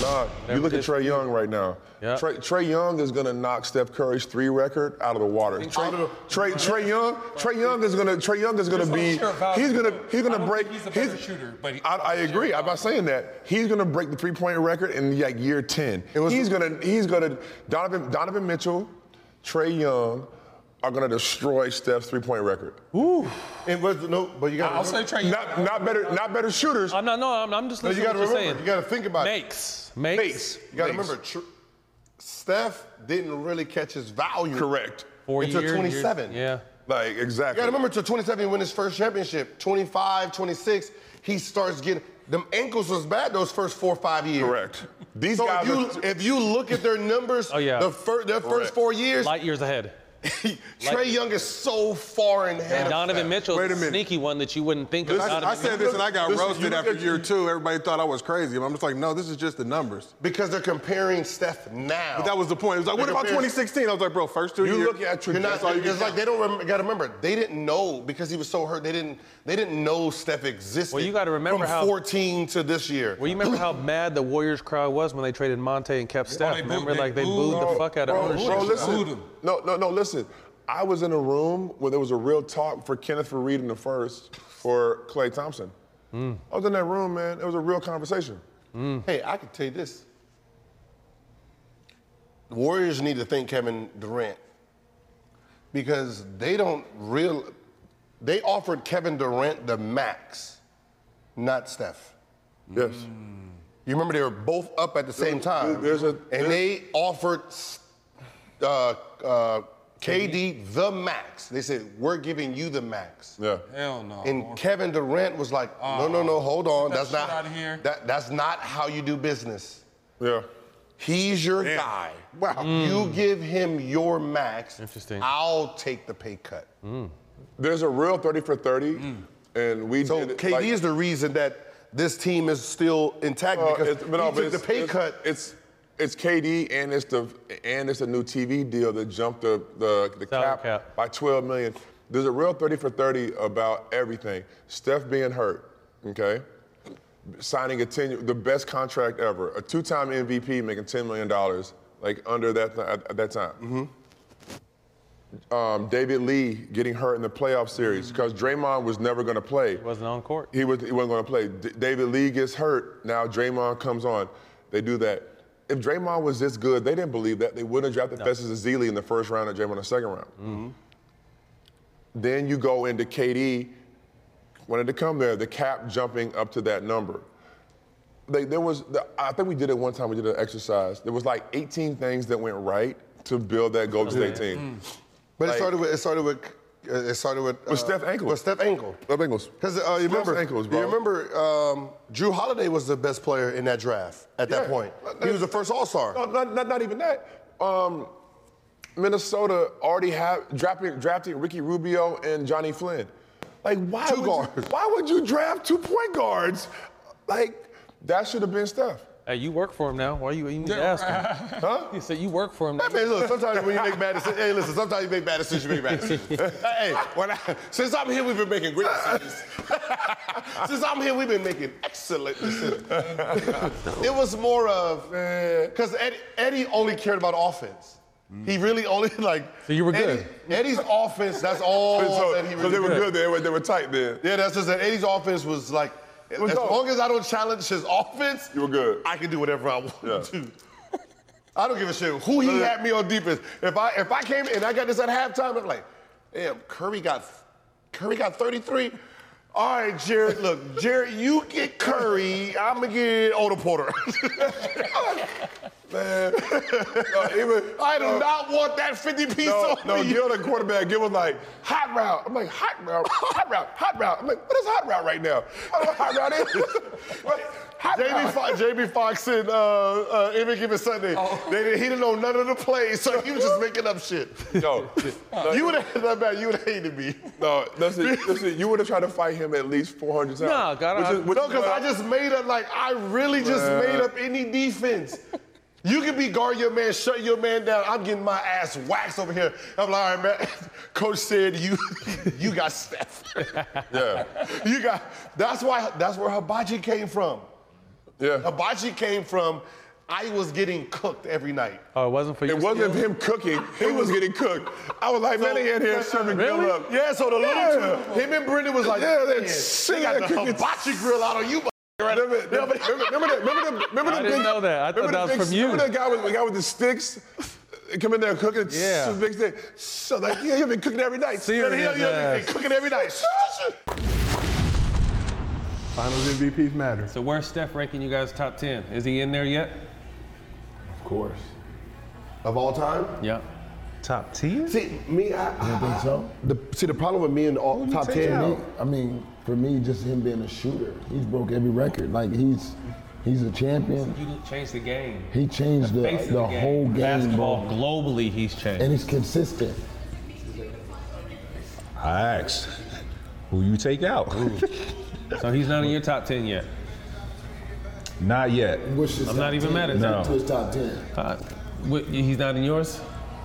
Speaker 4: Nah, you look at Trey Young right now.
Speaker 5: Yeah.
Speaker 4: Trey, Trey Young is gonna knock Steph Curry's three record out of the water. Trey, Trey, Trey Young, Trey Young is gonna, Trey Young is gonna
Speaker 5: Just on
Speaker 4: be,
Speaker 5: sheer value,
Speaker 4: he's gonna,
Speaker 5: though.
Speaker 4: he's
Speaker 5: I
Speaker 4: gonna
Speaker 5: don't
Speaker 4: break.
Speaker 5: think he's a better shooter, but he-
Speaker 4: I, I agree. I'm not saying that. He's gonna break the three point record in like year ten. he's gonna, he's gonna. Donovan, Donovan Mitchell, Trey Young are gonna destroy Steph's three point record.
Speaker 3: And but no, but you got.
Speaker 5: I'll say Trey.
Speaker 4: Not, not better, not better shooters.
Speaker 2: I'm not. No, I'm, I'm just
Speaker 3: No, you
Speaker 2: listening
Speaker 3: got
Speaker 2: to
Speaker 3: to
Speaker 2: what
Speaker 3: remember.
Speaker 2: you're
Speaker 3: You
Speaker 2: saying.
Speaker 3: got to think about it.
Speaker 2: makes, makes,
Speaker 3: Face. You got to remember, tr- Steph didn't really catch his value.
Speaker 4: Correct.
Speaker 2: Four
Speaker 3: until
Speaker 2: year, year-
Speaker 3: 27.
Speaker 2: Yeah.
Speaker 4: Like
Speaker 3: You got
Speaker 4: exactly.
Speaker 3: to remember, until 27, he won his first championship. 25, 26, he starts getting. Them ankles was bad those first four or five years.
Speaker 4: Correct. These
Speaker 3: so
Speaker 4: guys.
Speaker 3: if you,
Speaker 4: are-
Speaker 3: if you look at their numbers,
Speaker 2: Oh, yeah.
Speaker 3: the fir- their first
Speaker 4: Correct.
Speaker 3: four years,
Speaker 2: Light years ahead.
Speaker 3: Trey Young is so far in
Speaker 2: And
Speaker 3: head.
Speaker 2: Donovan Mitchell's
Speaker 1: Wait a
Speaker 2: a
Speaker 1: minute.
Speaker 2: sneaky one that you wouldn't think of.
Speaker 1: I, I
Speaker 2: Donovan
Speaker 1: said this and I got
Speaker 3: Listen,
Speaker 1: roasted
Speaker 3: you-
Speaker 1: after year two. Everybody thought I was crazy. I'm just like, no, this is just the numbers.
Speaker 3: Because they're comparing Steph now.
Speaker 1: But that was the point. It was like, what about 2016? I was like, bro, first two
Speaker 3: You
Speaker 1: years.
Speaker 3: look at you're not,
Speaker 1: that's all you
Speaker 3: It's
Speaker 1: can
Speaker 3: like they don't remember, gotta remember they didn't know because he was so hurt. They didn't they didn't know Steph existed.
Speaker 2: Well, you gotta remember
Speaker 3: from
Speaker 2: how-
Speaker 3: 14 to this year.
Speaker 2: Well, you remember how mad the Warriors crowd was when they traded Monte and kept Steph.
Speaker 5: they booed-
Speaker 2: remember,
Speaker 5: they
Speaker 2: like they
Speaker 5: booed-
Speaker 2: booed the
Speaker 5: bro,
Speaker 2: fuck out of
Speaker 4: bro,
Speaker 2: ownership.
Speaker 4: bro,
Speaker 5: Booed
Speaker 4: listen.
Speaker 5: him.
Speaker 4: No, no, no, listen. I was in a room where there was a real talk for Kenneth Fareed in the first for Clay Thompson.
Speaker 1: Hmm.
Speaker 4: I was in that room, man. It was a real conversation.
Speaker 3: hey, I can tell you this. The Warriors need to thank Kevin Durant because they don't real they offered Kevin Durant the max, not Steph. Mm.
Speaker 4: Yes.
Speaker 3: You remember they were both up at the same time.
Speaker 4: there's a-
Speaker 3: and they offered uh, uh, KD the max. They said, we're giving you the max.
Speaker 4: Yeah.
Speaker 5: Hell no. Oh,
Speaker 3: And Kevin Durant was like, no, no, no, hold on.
Speaker 5: Get that
Speaker 3: That's not
Speaker 5: shit outta here.
Speaker 3: That, that's not how you do business.
Speaker 4: Yeah.
Speaker 3: He's your guy. Wow.
Speaker 5: Mm.
Speaker 3: You give him your max.
Speaker 2: Interesting.
Speaker 3: I'll take the pay cut.
Speaker 5: Mm.
Speaker 4: There's a real 30 for 30,
Speaker 1: Hmm.
Speaker 4: and we
Speaker 3: So
Speaker 4: did it,
Speaker 3: KD
Speaker 4: like-
Speaker 3: is the reason that this team is still intact
Speaker 4: Well,
Speaker 3: because
Speaker 4: Uh, it's- but no,
Speaker 3: he
Speaker 4: but
Speaker 3: took the
Speaker 4: it's-
Speaker 3: pay
Speaker 4: it's-
Speaker 3: cut.
Speaker 4: It's it's KD and it's the and it's a new TV deal that jumped the the, the
Speaker 2: Salary
Speaker 4: cap,
Speaker 2: cap.
Speaker 4: by 12 million. There's a real 30 for 30 about everything. Steph being hurt, okay, signing a 10 the best contract ever, a two-time MVP making 10 million dollars like under that at, at that time.
Speaker 3: Mm-hmm.
Speaker 4: Um, David Lee getting hurt in the playoff
Speaker 3: Mm.
Speaker 4: series because Draymond was never going to play.
Speaker 2: wasn't on court.
Speaker 4: He, was, he wasn't going to play. D- David Lee gets hurt. Now Draymond comes on. They do that. If Draymond was this good, they didn't believe that. They wouldn't have drafted Festus Azili in the first round and Draymond in the second round. Then you go into KD, wanted to come there, the cap jumping up to that number. Like, there was, the, I think we did it one time, we did an exercise. There was like 18 things that went right to build that Golden State team.
Speaker 3: But
Speaker 4: Like-
Speaker 3: it started with it started with uh, it started with uh,
Speaker 4: Steph Angle.
Speaker 3: With Steph Angle.
Speaker 4: Steph Ingles.
Speaker 3: Because uh, you remember,
Speaker 4: Steph's ankles, bro.
Speaker 3: you remember um, Drew Holiday was the best player in that draft at that
Speaker 4: Yeah.
Speaker 3: point. He was the first All Star.
Speaker 4: No, Oh, not, not, not even that. Um, Minnesota already have drafting drafting Ricky Rubio and Johnny Flynn. Like why would
Speaker 3: Two
Speaker 4: you-
Speaker 3: guards.
Speaker 4: why would you draft two point guards? Like that should have been Steph.
Speaker 2: Hey, you work for him now. Why you, you need to ask him?
Speaker 4: Huh?
Speaker 2: He said you work for him now.
Speaker 3: I mean, look, sometimes when you make bad decisions, hey, listen, sometimes you make bad decisions, you make bad decisions. hey, when I, since I'm here, we've been making great decisions. since I'm here, we've been making excellent decisions. It was more of, because Eddie, Eddie only cared about offense. He really only, like.
Speaker 2: So you were
Speaker 3: Eddie-
Speaker 2: good.
Speaker 3: Eddie's offense, that's all
Speaker 4: so,
Speaker 3: that he
Speaker 4: so
Speaker 3: really
Speaker 4: Oh, they were
Speaker 3: did.
Speaker 4: good. They were, they were tight then.
Speaker 3: Yeah, that's just that Eddie's offense was like,
Speaker 4: was
Speaker 3: as
Speaker 4: dope.
Speaker 3: long as I don't challenge his offense,
Speaker 4: You were good.
Speaker 3: I can do whatever I want
Speaker 4: Yeah.
Speaker 3: to. I don't give a shit who he had me on defense. If I if I came and I got this at halftime, I'm like, damn, Curry got Curry got 33. All right, Jared, look, Jared, you get Curry, I'm gonna get Oda Porter.
Speaker 4: Man, no, even,
Speaker 3: I do not want that 50 piece
Speaker 4: No,
Speaker 3: on
Speaker 4: no,
Speaker 3: me.
Speaker 4: Gil, the quarterback, Gil was like, hot route. I'm like, hot route, hot route, hot route. I'm like, what is hot route right now? I don't know what hot route is. What- hot route.
Speaker 3: JB, Fo- JB Fox and uh, uh, Every Given Sunday, they didn't, he didn't know none of the plays, so he was just making up shit.
Speaker 4: No, no,
Speaker 3: You would have had that back, you would have hated me.
Speaker 4: no, listen, listen, you would have tried to fight him at least 400 times.
Speaker 2: Nah, God, I-
Speaker 3: No, because I just made up, like, I really just
Speaker 4: Man.
Speaker 3: made up any defense. You can be guard your man, shut your man down. I'm getting my ass waxed over here. I'm like, all right, man. Coach said you you got Steph.
Speaker 4: Yeah,
Speaker 3: you got that's why that's where Hibachi came from.
Speaker 4: yeah.
Speaker 3: Hibachi came from I was getting cooked every night.
Speaker 2: oh, it wasn't for you.
Speaker 4: It wasn't him cooking, he was getting cooked. I was like, man, he in here serving Gil
Speaker 2: Really?
Speaker 4: up.
Speaker 3: Yeah, so the
Speaker 4: Yeah.
Speaker 3: little two, him and Brendan was like,
Speaker 4: Yeah, they're
Speaker 3: "Man,
Speaker 4: sitting
Speaker 3: they got
Speaker 4: there
Speaker 3: the
Speaker 4: cooking-
Speaker 3: hibachi grill out on you.
Speaker 4: Remember, remember, remember that? Remember the, remember the
Speaker 2: I didn't
Speaker 4: big-
Speaker 2: know that. I thought
Speaker 4: remember
Speaker 2: that
Speaker 4: the big-
Speaker 2: was from you.
Speaker 4: Remember that guy with, the guy with the sticks? Come in there cooking.
Speaker 2: Yeah.
Speaker 4: Big stick. So like, yeah, you've been cooking every night.
Speaker 2: Searing
Speaker 4: Yeah,
Speaker 2: his
Speaker 4: yeah, yeah.
Speaker 2: ass.
Speaker 3: They cooking every night.
Speaker 1: Finals MVPs matter.
Speaker 2: So where's Steph ranking you guys top ten? Is he in there yet?
Speaker 8: Of course.
Speaker 3: Of all time?
Speaker 2: Yeah.
Speaker 8: Top 10?
Speaker 3: See, me, I,
Speaker 7: I think so.
Speaker 3: the, see, the problem with me and all top
Speaker 8: take
Speaker 3: 10,
Speaker 8: out?
Speaker 3: me-
Speaker 7: I mean, for me, just him being a shooter, he's broke every record. Like he's he's a champion.
Speaker 2: You changed the game.
Speaker 7: He changed the, the,
Speaker 2: Face of
Speaker 7: whole game,
Speaker 2: Basketball
Speaker 7: bro.
Speaker 2: globally, he's changed.
Speaker 7: And he's consistent.
Speaker 9: I asked, who you take out?
Speaker 2: So he's not in your top ten yet.
Speaker 9: Not yet.
Speaker 7: What's his
Speaker 2: I'm
Speaker 7: top
Speaker 2: not even
Speaker 7: 10?
Speaker 2: mad at
Speaker 9: No.
Speaker 7: What's his top ten.
Speaker 2: Uh, what, he's not in yours.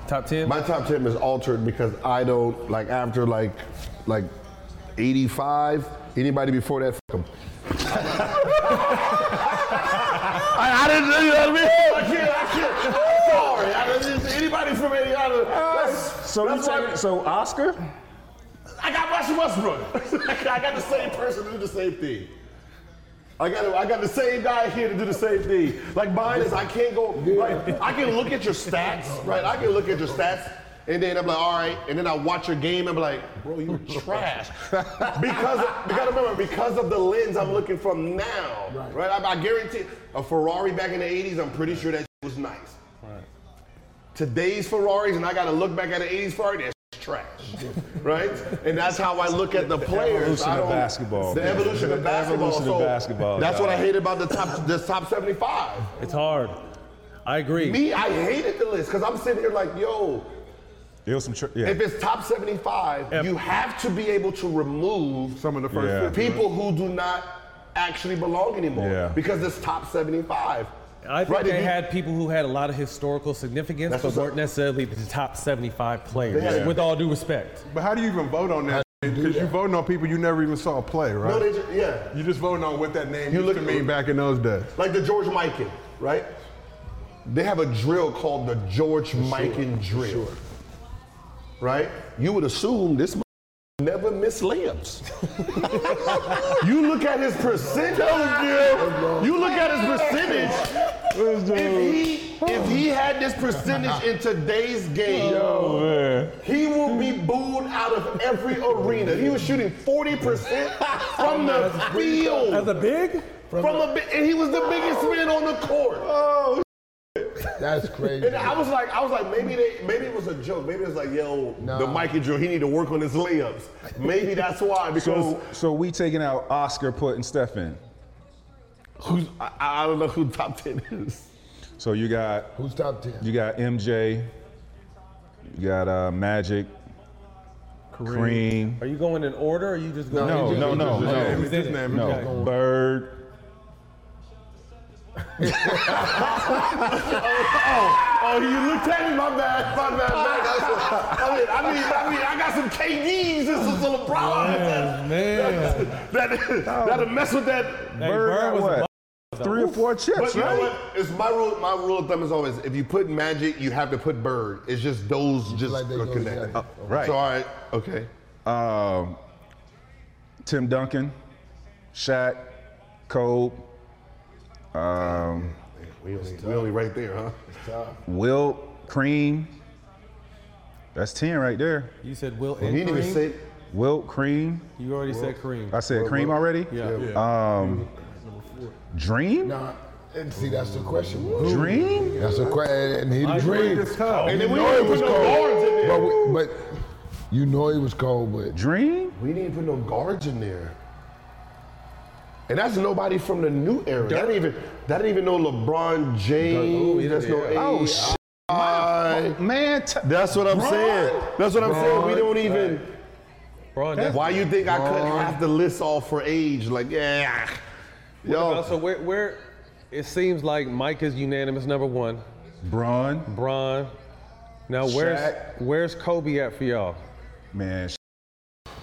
Speaker 2: Top ten.
Speaker 3: My top ten is altered because I don't like after like like 85. Anybody before that, fuck 'em. I, I didn't know you know what I mean. I can't. I can't. I'm sorry. I didn't, anybody from any other. That's,
Speaker 9: So you
Speaker 3: that's why-
Speaker 9: take, so Oscar?
Speaker 3: I got Russell Westbrook. I got the same person to do the same thing. I got I got the same guy here to do the same thing. Like mine is I can't go. Right, I can look at your stats. Right, I can look at your stats. And then I'm like, all right. And then I watch your game. I'm like, bro, you trash. because of, because remember, because of the lens I'm looking from now. Right. I, I guarantee a Ferrari back in the '80s. I'm pretty sure that was nice. Today's Ferraris, and I got to look back at the '80s Ferrari. That's trash, right? And that's how I look at the players.
Speaker 9: evolution
Speaker 3: I
Speaker 9: of
Speaker 3: don't-
Speaker 9: basketball.
Speaker 3: The evolution of
Speaker 9: The evolution
Speaker 3: basketball.
Speaker 9: of
Speaker 3: so
Speaker 9: basketball,
Speaker 3: That's what I
Speaker 9: dog.
Speaker 3: hate about the top the top 75.
Speaker 9: It's hard. I agree.
Speaker 3: Me, I hated the list because I'm sitting here like, yo,
Speaker 9: It was some tr- yeah.
Speaker 3: if it's top 75,
Speaker 9: Yep.
Speaker 3: you have to be able to remove
Speaker 1: Some of the first
Speaker 9: Yeah.
Speaker 1: 50,
Speaker 3: people who do not actually belong anymore
Speaker 9: Yeah.
Speaker 3: because it's top 75.
Speaker 10: I think
Speaker 3: Right, if
Speaker 10: they
Speaker 3: you-
Speaker 10: had people who had a lot of historical significance,
Speaker 3: That's
Speaker 10: but
Speaker 3: what's up.
Speaker 10: weren't necessarily the top 75 players.
Speaker 3: Yeah.
Speaker 10: With all due respect,
Speaker 1: But how do you even vote on that? Because you're voting on people you never even saw play, right?
Speaker 3: No, they ju- yeah.
Speaker 1: You're just voting on what that name
Speaker 3: You
Speaker 1: used
Speaker 3: look-
Speaker 1: to mean back in those days.
Speaker 3: like the George Mikan, right? They have a drill called the George Mikan drill, right? You would assume this m- never miss layups. you look at his percentage. You look at his percentage. If he, if he had this percentage in today's game, he will be booed out of every arena. He was shooting 40% from the field.
Speaker 10: as a big,
Speaker 3: From a bi- and he was the biggest man on the court. Oh.
Speaker 7: That's crazy.
Speaker 3: And I was like, I was like, maybe they, maybe it was a joke. Maybe it was like, yo, the Mikey Drew, he need to work on his layups. Maybe that's why because
Speaker 9: so, so we taking out Oscar, putting Steph in.
Speaker 3: who's, I, I don't know who top ten is.
Speaker 9: So you got
Speaker 7: Who's top ten?
Speaker 9: you got MJ, you got uh, Magic, Kareem,
Speaker 10: are you going in order or are you just going
Speaker 9: No,
Speaker 10: in-
Speaker 9: no, Oh, no, no.
Speaker 1: Name it,
Speaker 10: Who's in
Speaker 1: just
Speaker 10: it?
Speaker 1: name it.
Speaker 9: no, Bird.
Speaker 3: Oh, oh, you looked at me. My bad, my bad. man. That's what- I mean, I mean, I mean, I got some KDs. This is a problem.
Speaker 10: Man,
Speaker 3: That that'll mess with that
Speaker 10: Hey,
Speaker 9: Bird,
Speaker 10: Bird
Speaker 9: got
Speaker 10: was a
Speaker 9: what? Three or four
Speaker 3: But
Speaker 9: chips,
Speaker 3: you know
Speaker 9: right?
Speaker 3: what? It's my rule. My rule of thumb is always: if you put Magic, you have to put Bird. It's just those just
Speaker 7: like they
Speaker 3: go
Speaker 7: go
Speaker 3: connected.
Speaker 7: together.
Speaker 9: Oh, right.
Speaker 3: So all right. Okay.
Speaker 9: Um, Tim Duncan, Shaq, Cole, um,
Speaker 3: We only, we only right there, huh?
Speaker 9: Will, Cream. That's ten right there.
Speaker 10: you said Will
Speaker 3: You
Speaker 10: and
Speaker 3: didn't even
Speaker 10: Kareem?
Speaker 3: say.
Speaker 9: Will, Cream.
Speaker 10: You already said Kareem.
Speaker 9: I said Cream already.
Speaker 10: Yeah.
Speaker 9: Um, Dream.
Speaker 7: Nah, and see, that's the question. Who?
Speaker 9: Dream.
Speaker 7: That's a question, and he dreamed.
Speaker 3: And
Speaker 7: And
Speaker 3: then
Speaker 7: you
Speaker 3: we
Speaker 7: know
Speaker 3: didn't
Speaker 7: it was
Speaker 3: put no guards in there.
Speaker 7: cold, but, we, but you know it was cold, but
Speaker 9: Dream.
Speaker 3: We didn't put no guards in there. And that's nobody from the new era. That didn't even. That didn't even know LeBron James. that's no.
Speaker 9: Oh,
Speaker 3: AI.
Speaker 9: sh- Oh, man. T-
Speaker 3: That's what I'm saying. That's what I'm saying. We don't even.
Speaker 10: Braun, that's-
Speaker 3: Why you think I couldn't have the list off for age? Like, yeah. Yo,
Speaker 10: so where, where it seems like Mike is unanimous number one.
Speaker 9: Braun.
Speaker 10: Bron. Now where's
Speaker 9: Shaq.
Speaker 10: where's Kobe at for y'all?
Speaker 9: Man. sh-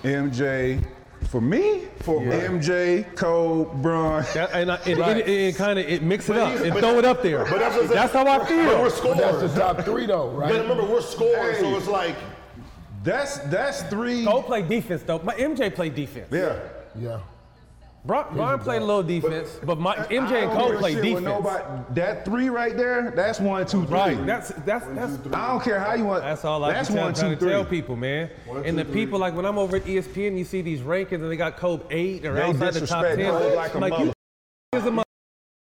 Speaker 9: MJ. For me, for MJ, Cole, Braun.
Speaker 10: That, and I, it,
Speaker 9: Right.
Speaker 10: it, it, kind of it mix it
Speaker 3: But
Speaker 10: up
Speaker 3: he's-
Speaker 10: and
Speaker 3: but-
Speaker 10: throw it up there.
Speaker 3: but that's what I'm saying.
Speaker 10: how I
Speaker 3: But we're
Speaker 10: feel.
Speaker 7: but that's the
Speaker 3: scoring.
Speaker 7: top three though,
Speaker 3: But
Speaker 7: right?
Speaker 3: remember, we're scoring, so it's like,
Speaker 9: That's that's three.
Speaker 10: Cole played defense though. My MJ played defense.
Speaker 9: Yeah.
Speaker 7: Yeah.
Speaker 10: Bron, Bron played a little defense, but my
Speaker 9: I
Speaker 10: MJ and
Speaker 9: don't
Speaker 10: Cole
Speaker 9: give a
Speaker 10: played
Speaker 9: shit
Speaker 10: defense.
Speaker 9: what nobody- that three right there, that's one, two, three.
Speaker 10: Right. That's that's that's
Speaker 9: I don't care how you want.
Speaker 10: that's all I
Speaker 9: That's
Speaker 10: can tell,
Speaker 9: one,
Speaker 10: trying
Speaker 9: two,
Speaker 10: to
Speaker 9: three.
Speaker 10: tell people, Oh, man. and the people like when I'm over at E ESPN, you see these rankings and they got Kobe eight or
Speaker 9: They
Speaker 10: outside the top
Speaker 9: disrespect
Speaker 10: ten.
Speaker 9: Kobe like a
Speaker 10: you is a mother.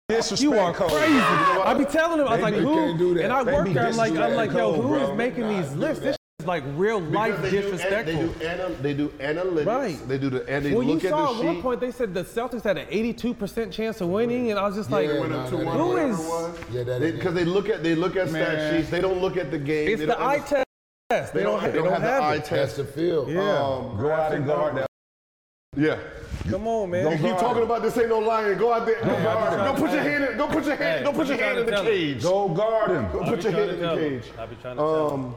Speaker 9: Disrespect
Speaker 10: You are
Speaker 9: Cole.
Speaker 10: crazy. I be telling him, I was
Speaker 9: They
Speaker 10: like,
Speaker 9: be-
Speaker 10: who?
Speaker 7: can't do that.
Speaker 10: And I
Speaker 9: They
Speaker 10: work
Speaker 9: be
Speaker 10: there. I'm like, I'm
Speaker 9: disrespecting
Speaker 10: like, yo,
Speaker 9: Cole,
Speaker 10: who is
Speaker 9: bro.
Speaker 10: making these lists? This is like real
Speaker 3: because
Speaker 10: life
Speaker 3: they, do, an- they
Speaker 10: disrespectful.
Speaker 3: do ana- they do analytics.
Speaker 10: Right.
Speaker 3: They do the and they
Speaker 10: Well, you
Speaker 3: look at
Speaker 10: saw
Speaker 3: the
Speaker 10: at one
Speaker 3: sheet.
Speaker 10: point they said the Celtics had an 82% chance of winning, and I was just like,
Speaker 7: Yeah, Went up nah, 2-1,
Speaker 10: who
Speaker 7: whatever
Speaker 10: is?
Speaker 7: Yeah, that
Speaker 3: Because they, look at they look at stat sheets. They don't look at the game.
Speaker 10: It's
Speaker 3: they
Speaker 10: the
Speaker 3: don't
Speaker 10: eye
Speaker 3: understand-
Speaker 10: test. Yes, they don't. They don't have,
Speaker 3: the eye
Speaker 10: it.
Speaker 3: test to feel.
Speaker 10: Yeah,
Speaker 9: Um, Go out and guard that.
Speaker 3: Yeah.
Speaker 10: Come on, man.
Speaker 3: You keep talking about this ain't no lion. Go out there. Go guard. Don't put your hand in. Don't put your hand.
Speaker 10: Hey,
Speaker 3: Don't put your
Speaker 10: you
Speaker 3: hand in
Speaker 10: gotta
Speaker 3: the
Speaker 10: tell him.
Speaker 3: cage.
Speaker 9: Go guard him.
Speaker 3: Don't
Speaker 10: I
Speaker 3: put
Speaker 10: be
Speaker 3: your hand
Speaker 10: trying to
Speaker 3: in the
Speaker 10: tell him.
Speaker 3: cage.
Speaker 10: I be trying to tell him.
Speaker 3: Um,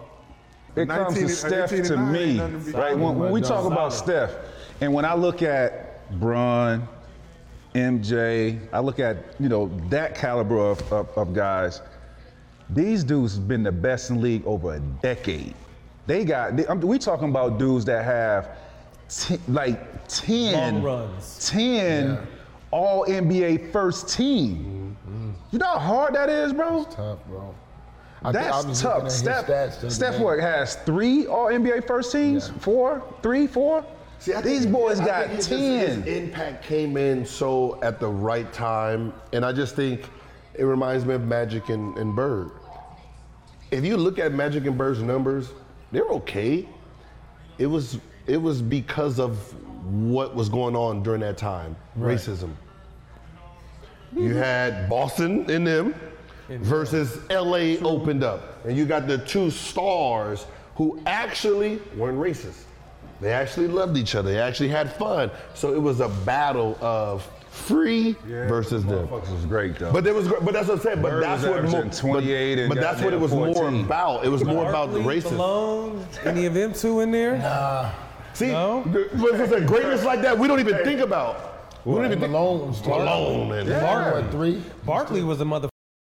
Speaker 9: It comes
Speaker 1: 19
Speaker 9: to Steph
Speaker 1: 19
Speaker 9: to
Speaker 1: and nine,
Speaker 9: me,
Speaker 1: nothing to be
Speaker 9: right?
Speaker 1: proud
Speaker 9: When,
Speaker 1: of,
Speaker 9: when we
Speaker 1: but
Speaker 9: talk
Speaker 1: done.
Speaker 9: about Steph, and when I look at Bron, MJ, I look at you know that caliber of, of, of guys. These dudes have been the best in the league over a decade. They got. They, I'm, we talking about dudes that have t- like ten
Speaker 10: Long runs.
Speaker 9: ten All NBA first team. You know how hard that is, bro.
Speaker 11: Mm-hmm. Tough, bro. I think- I
Speaker 9: That's
Speaker 11: was looking at
Speaker 9: tough.
Speaker 11: his
Speaker 9: Steph,
Speaker 11: stats the other
Speaker 9: Steph
Speaker 11: day.
Speaker 9: what, has three All NBA first teams? Four? Three? Four?
Speaker 3: See, I
Speaker 9: These
Speaker 3: think-
Speaker 9: boys
Speaker 3: I
Speaker 9: got
Speaker 3: think his- His
Speaker 9: 10.
Speaker 3: impact came in so at the right time, and I just think it reminds me of Magic and, and Bird. If you look at Magic and Bird's numbers, they're okay. It was it was because of what was going on during that time, racism. You had Boston in them versus LA opened up. And you got the two stars who actually weren't racist. They actually loved each other. They actually had fun. So it was a battle of free versus them.
Speaker 9: was great, though.
Speaker 3: But there was, but that's what I said. But
Speaker 9: Bird
Speaker 3: that's
Speaker 9: was
Speaker 3: what more.
Speaker 9: averaging 28
Speaker 3: But,
Speaker 9: and
Speaker 3: but that's what it
Speaker 9: goddamn
Speaker 3: was more
Speaker 9: 14.
Speaker 3: about. It was more about the
Speaker 10: Barkley,
Speaker 3: racism.
Speaker 10: Malone, any of them two in there?
Speaker 3: See,
Speaker 10: No.
Speaker 3: the- but it's like greatness like that we don't even think about. We don't even think.
Speaker 11: Malone was
Speaker 3: Malone and
Speaker 11: Mark what three?
Speaker 10: Barkley was a mother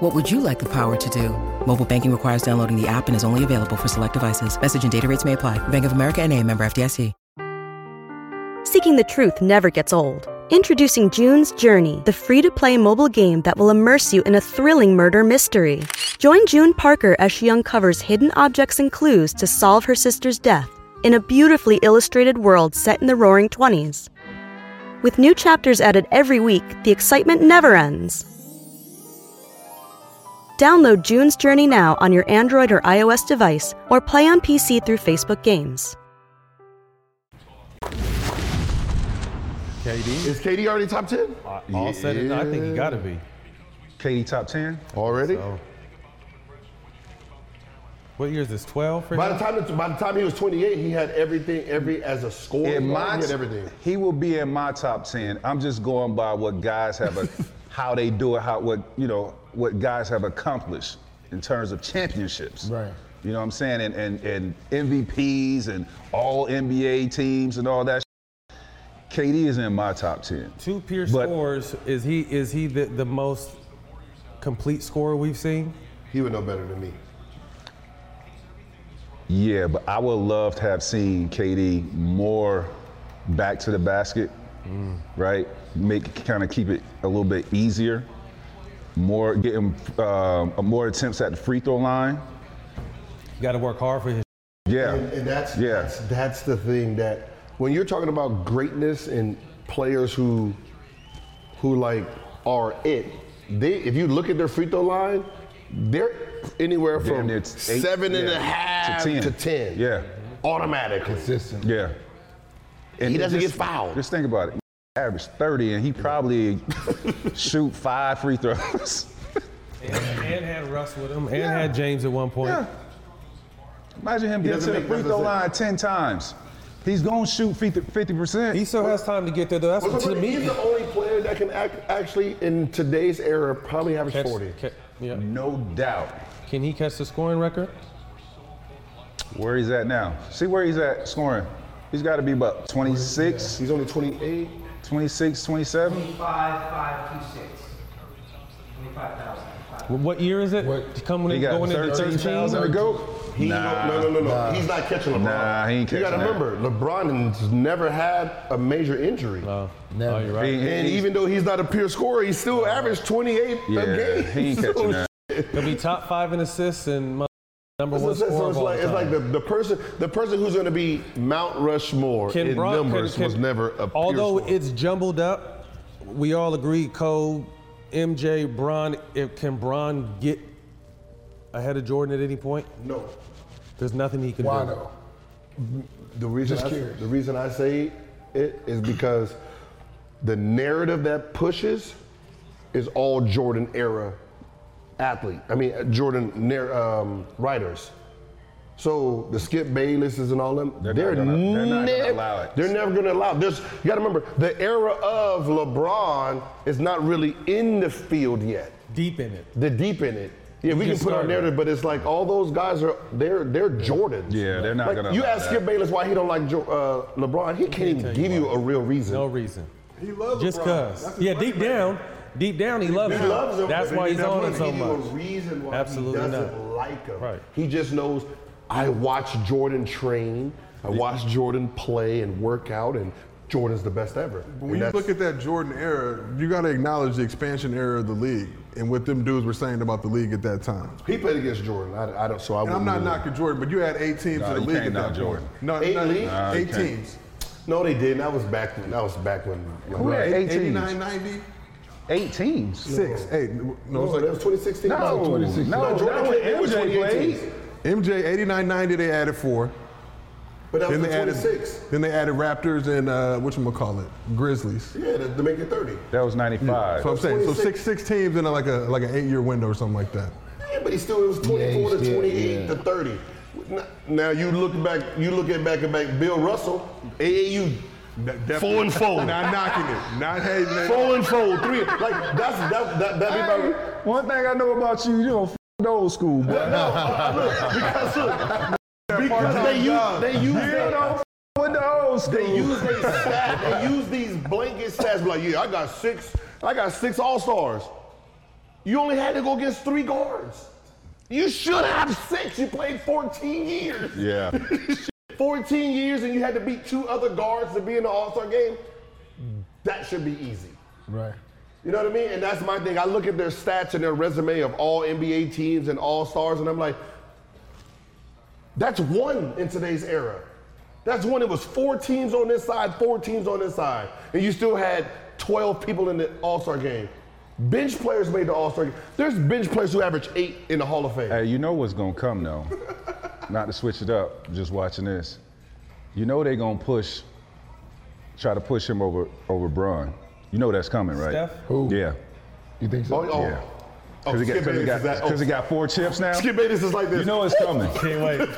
Speaker 12: What would you like the power to do? Mobile banking requires downloading the app and is only available for select devices. Message and data rates may apply. Bank of America and a member FDIC.
Speaker 13: Seeking the truth never gets old. Introducing June's Journey, the free to play mobile game that will immerse you in a thrilling murder mystery. Join June Parker as she uncovers hidden objects and clues to solve her sister's death in a beautifully illustrated world set in the roaring 20s. With new chapters added every week, the excitement never ends. Download June's Journey now on your Android or iOS device or play on PC through Facebook Games.
Speaker 10: KD.
Speaker 3: Is KD already top ten?
Speaker 10: All said and done, I think he got to be.
Speaker 9: KD top 10?
Speaker 11: Oh,
Speaker 3: Already?
Speaker 10: What year is this? 12 for
Speaker 3: By
Speaker 10: him?
Speaker 3: the time by the time he was 28, he had everything, every as a scorer.
Speaker 9: In my
Speaker 3: he had
Speaker 9: t-
Speaker 3: everything.
Speaker 9: He will be in my top 10. I'm just going by what guys have, a, how they do it, how what, you know, what guys have accomplished in terms of championships.
Speaker 11: Right.
Speaker 9: You know what I'm saying? And, and, and MVPs and all NBA teams and all that. sh- KD is in my top 10.
Speaker 10: Two pure
Speaker 9: But-
Speaker 10: scores. Is he is he the, the most complete scorer we've seen?
Speaker 3: He would know better than me.
Speaker 9: Yeah, but I would love to have seen KD more back to the basket,
Speaker 10: Mm.
Speaker 9: right? Make kind of keep it a little bit easier, more getting um, more attempts at the free throw line.
Speaker 10: You got to work hard for his.
Speaker 9: Yeah,
Speaker 3: And, and that's,
Speaker 9: Yeah.
Speaker 3: that's that's the thing that when you're talking about greatness and players who who like are it, they if you look at their free throw line, they're anywhere from
Speaker 9: near eight-
Speaker 3: seven and a
Speaker 9: yeah, to
Speaker 3: half
Speaker 9: 10.
Speaker 3: to ten.
Speaker 9: Yeah.
Speaker 3: Automatically.
Speaker 11: Consistent.
Speaker 9: yeah. And
Speaker 3: He doesn't
Speaker 9: just-
Speaker 3: get fouled.
Speaker 9: Just think about it. Average 30, and he probably shoot five free throws.
Speaker 10: And, and had Russ with him, and had James at one point.
Speaker 9: Yeah. Imagine him getting to
Speaker 3: doesn't
Speaker 9: the
Speaker 3: make-
Speaker 9: free throw
Speaker 3: doesn't-
Speaker 9: line 10 times. He's going to shoot 50 50%.
Speaker 10: He still has time to get there, though. That's
Speaker 3: But
Speaker 10: to me.
Speaker 3: he's the only player that can act, actually in today's era probably average
Speaker 10: Catch-
Speaker 3: 40.
Speaker 10: ca- yeah.
Speaker 9: No doubt.
Speaker 10: Can he catch the scoring record?
Speaker 9: Where he's at now. See where he's at scoring. He's got to be about 26,
Speaker 3: He's only 28.
Speaker 9: 26, 27.
Speaker 14: 25526. 25,000.
Speaker 10: Wh- What year is it?
Speaker 11: What-
Speaker 10: Coming
Speaker 9: He
Speaker 10: in,
Speaker 9: got
Speaker 10: going into
Speaker 9: 13,000 to
Speaker 10: 13.
Speaker 9: go.
Speaker 3: He nah, no, no, no, no. He's not catching LeBron.
Speaker 9: Nah, he ain't
Speaker 3: You gotta
Speaker 9: catching that.
Speaker 3: remember, LeBron has never had a major injury.
Speaker 10: Oh,
Speaker 11: Never.
Speaker 10: oh, you're right.
Speaker 9: He-
Speaker 3: And
Speaker 9: he's-
Speaker 3: even though he's not a pure scorer, he still averaged 28
Speaker 9: yeah,
Speaker 3: a game.
Speaker 9: he ain't
Speaker 3: So
Speaker 9: catching that.
Speaker 10: He'll be top five in assists and. Number
Speaker 3: So-
Speaker 10: one
Speaker 3: so- so
Speaker 10: scorer
Speaker 3: it's
Speaker 10: of all
Speaker 3: like, it's
Speaker 10: time.
Speaker 3: like the, the person the person who's going to be Mount Rushmore
Speaker 10: Can
Speaker 3: in
Speaker 10: Bron- can-
Speaker 3: numbers
Speaker 10: can-
Speaker 3: was never a
Speaker 10: Although
Speaker 3: Pierce
Speaker 10: it's jumbled up, we all agree Cole, MJ, Bron. If can Bron get ahead of Jordan at any point?
Speaker 3: No.
Speaker 10: There's nothing he can
Speaker 3: Why
Speaker 10: do.
Speaker 3: no? The reason
Speaker 10: Just
Speaker 3: I,
Speaker 10: curious.
Speaker 3: the reason I say it is because the narrative that pushes is all Jordan era athlete. I mean uh, Jordan nar- um, writers. So the Skip Baylesses and all them, they're,
Speaker 9: gonna- they're not gonna
Speaker 3: nev-
Speaker 9: allow it.
Speaker 3: They're never going to allow. it. There's, you got to remember, the era of LeBron is not really in the field yet.
Speaker 10: Deep in it.
Speaker 3: They're deep in it. Yeah,
Speaker 9: You
Speaker 3: we can
Speaker 9: just
Speaker 3: put our
Speaker 9: started.
Speaker 3: narrative, but it's like all those guys are they're they're Jordans.
Speaker 9: Yeah, they're not
Speaker 3: Like,
Speaker 9: gonna
Speaker 3: You
Speaker 9: allow
Speaker 3: ask
Speaker 9: that.
Speaker 3: Skip Bayless why he don't like Jo- uh, LeBron. He can't even give you a real reason.
Speaker 10: No reason.
Speaker 3: He
Speaker 10: loves Just cause. Yeah, deep down, deep down he loves
Speaker 3: He
Speaker 10: him.
Speaker 3: loves him.
Speaker 10: That's
Speaker 3: but
Speaker 10: why
Speaker 3: he
Speaker 10: he's
Speaker 3: doesn't
Speaker 10: on
Speaker 3: wanna
Speaker 10: him so
Speaker 3: give you
Speaker 10: much.
Speaker 3: A reason why
Speaker 10: Absolutely
Speaker 3: he doesn't
Speaker 10: not.
Speaker 3: like him.
Speaker 10: Right.
Speaker 3: He just knows. I watched Jordan train. I watched Jordan play and work out, and Jordan's the best ever. And
Speaker 1: When you
Speaker 3: that's-
Speaker 1: look at that Jordan era, you got to acknowledge the expansion era of the league and what them dudes were saying about the league at that time.
Speaker 3: he played against Jordan. I, I don't. So I
Speaker 1: And I'm
Speaker 3: wouldn't
Speaker 1: not
Speaker 3: really-
Speaker 1: knocking Jordan, but you had eight teams
Speaker 3: Nah,
Speaker 1: to the
Speaker 3: you
Speaker 1: league
Speaker 3: can't
Speaker 1: at that
Speaker 3: knock
Speaker 1: point.
Speaker 3: Jordan.
Speaker 1: No,
Speaker 3: Eight
Speaker 1: no,
Speaker 3: leagues? Nah, you
Speaker 1: eight
Speaker 3: can't.
Speaker 1: teams.
Speaker 3: No, they didn't. That was back. When, that was back when.
Speaker 1: Who had
Speaker 3: Right.
Speaker 1: eight teams? 89, 90?
Speaker 9: Eight teams.
Speaker 1: Six, eight. No,
Speaker 3: No,
Speaker 1: it's like-
Speaker 3: that was 2016.
Speaker 9: No,
Speaker 3: No,
Speaker 9: 2016. no,
Speaker 3: Jordan
Speaker 9: not
Speaker 3: came-
Speaker 9: when
Speaker 3: it was
Speaker 9: MJ
Speaker 3: 2018.
Speaker 9: played.
Speaker 1: MJ 89, 90, they added four.
Speaker 3: But that was
Speaker 1: Then
Speaker 3: the
Speaker 1: they added-
Speaker 3: 26.
Speaker 1: Then they added Raptors and uh, whatchamacallit, Grizzlies.
Speaker 3: Yeah, to, to make it 30.
Speaker 9: That was 95.
Speaker 1: So I'm saying, so six, six teams in a, like a like an eight year window or something like that.
Speaker 3: Yeah, but he still it was 24 to
Speaker 1: still-
Speaker 3: 28
Speaker 1: yeah.
Speaker 3: to 30. N- Now you look back, you look at back and back. Bill Russell, AAU, four and four.
Speaker 1: Not knocking it. Not hating it.
Speaker 3: Four and four, three. Like that's that that that be my.
Speaker 9: One thing I know about you, you don't f- old school, boy.
Speaker 3: because look, because they use
Speaker 9: Part-time
Speaker 3: they
Speaker 9: job.
Speaker 3: use
Speaker 9: You
Speaker 3: that-
Speaker 9: don't f- with the old school.
Speaker 3: They use they stat, they use these blanket stats. be Like yeah, I got six, I got six All Stars. You only had to go against three guards. You should have six. You played 14 years.
Speaker 9: Yeah.
Speaker 3: 14 years and you had to beat two other guards to be in the All Star game, that should be easy.
Speaker 7: Right.
Speaker 3: You know what I mean? And that's my thing. I look at their stats and their resume of all NBA teams and All Stars, and I'm like, that's one in today's era. That's one. It was four teams on this side, four teams on this side, and you still had 12 people in the All Star game. Bench players made the All Star game. There's bench players who average eight in the Hall of Fame.
Speaker 9: Hey, you know what's gonna come though. Not to switch it up, just watching this. You know they gonna push, try to push him over over Braun. You know that's coming, right?
Speaker 3: Steph?
Speaker 9: Who? Yeah.
Speaker 7: You think
Speaker 3: so? Oh, oh.
Speaker 9: Yeah.
Speaker 3: Oh,
Speaker 9: Because he, got-
Speaker 3: Skip
Speaker 9: 'cause
Speaker 3: Bayless
Speaker 9: he got,
Speaker 3: is that-
Speaker 9: 'cause he
Speaker 3: oh.
Speaker 9: got four chips now.
Speaker 3: Skip Bayless is like this.
Speaker 9: You know it's coming.
Speaker 10: Can't wait.